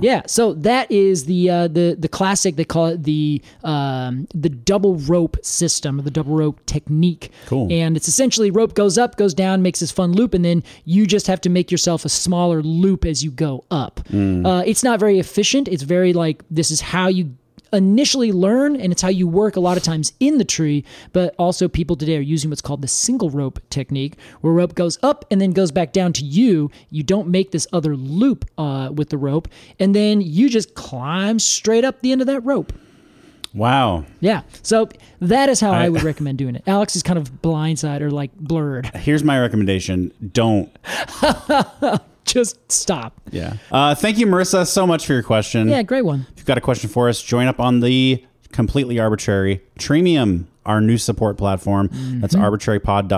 [SPEAKER 4] yeah so that is the uh, the the classic they call it the um, the double rope system or the double rope technique
[SPEAKER 3] Cool.
[SPEAKER 4] and it's essentially rope goes up goes down makes this fun loop and then you just have to make yourself a smaller loop as you go up uh, it's not very efficient it's very like this is how you initially learn, and it's how you work a lot of times in the tree. But also, people today are using what's called the single rope technique, where rope goes up and then goes back down to you. You don't make this other loop uh, with the rope, and then you just climb straight up the end of that rope.
[SPEAKER 3] Wow.
[SPEAKER 4] Yeah. So that is how I,
[SPEAKER 3] I-
[SPEAKER 4] would recommend doing it. Alex is kind of blindsided or like blurred.
[SPEAKER 3] Here's my recommendation. Don't.
[SPEAKER 4] Just stop.
[SPEAKER 3] Yeah. Uh, thank you, Marissa, so much for your question.
[SPEAKER 4] Yeah, great one.
[SPEAKER 3] If you've got a question for us, join up on the completely arbitrary Tremium, our new support platform. That's
[SPEAKER 4] Mm-hmm.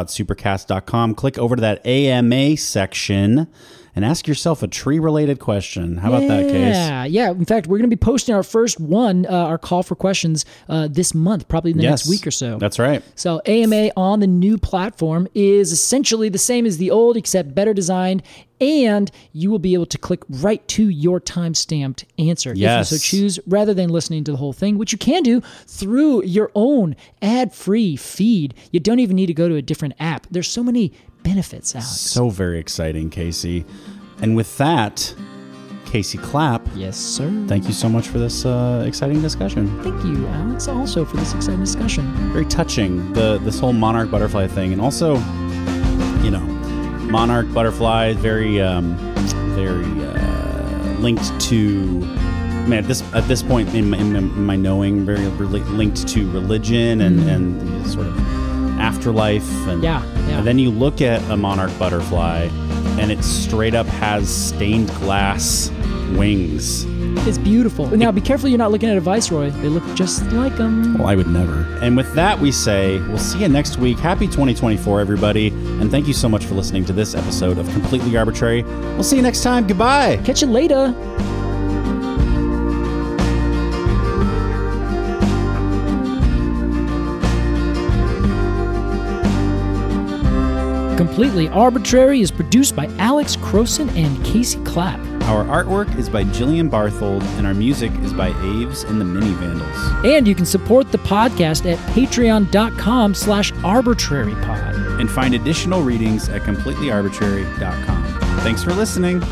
[SPEAKER 3] arbitrarypod.supercast.com. Click over to that AMA section and ask yourself a tree related question. How about that, Case?
[SPEAKER 4] Yeah, yeah. In fact, we're going to be posting our first one, uh, our call for questions, uh, this month, probably in the next week or so.
[SPEAKER 3] That's right.
[SPEAKER 4] So AMA on the new platform is essentially the same as the old, except better designed, and you will be able to click right to your time-stamped answer
[SPEAKER 3] Yes.
[SPEAKER 4] if you so choose, rather than listening to the whole thing, which you can do through your own ad-free feed. You don't even need to go to a different app. There's so many benefits, Alex.
[SPEAKER 3] So very exciting, Casey. And with that, Casey Clapp,
[SPEAKER 4] Yes, sir.
[SPEAKER 3] thank you so much for this uh, exciting discussion.
[SPEAKER 4] Thank you, Alex, also for this exciting discussion.
[SPEAKER 3] Very touching, the this whole monarch butterfly thing. And also, you know, monarch butterfly, very, um, very uh, linked to. I mean, at this at this point in my, in my- in my knowing, very rela- linked to religion and and the sort of afterlife and
[SPEAKER 4] Mm. Yeah, yeah.
[SPEAKER 3] And then you look at a monarch butterfly, and it straight up has stained glass wings.
[SPEAKER 4] It's beautiful. Now, be careful you're not looking at a Viceroy. They look just like them.
[SPEAKER 3] Well, I would never. And with that, we say we'll see you next week. Happy 2024, everybody, and thank you so much for listening to this episode of Completely Arbitrary. We'll see you next time. Goodbye.
[SPEAKER 4] Catch you later. Completely Arbitrary is produced by Alex Croson and Casey Clapp.
[SPEAKER 3] Our artwork is by Jillian Barthold, and our music is by Aves and the Mini Vandals.
[SPEAKER 4] And you can support the podcast at patreon.com slash arbitrarypod.
[SPEAKER 3] And find additional readings at completelyarbitrary.com. Thanks for listening.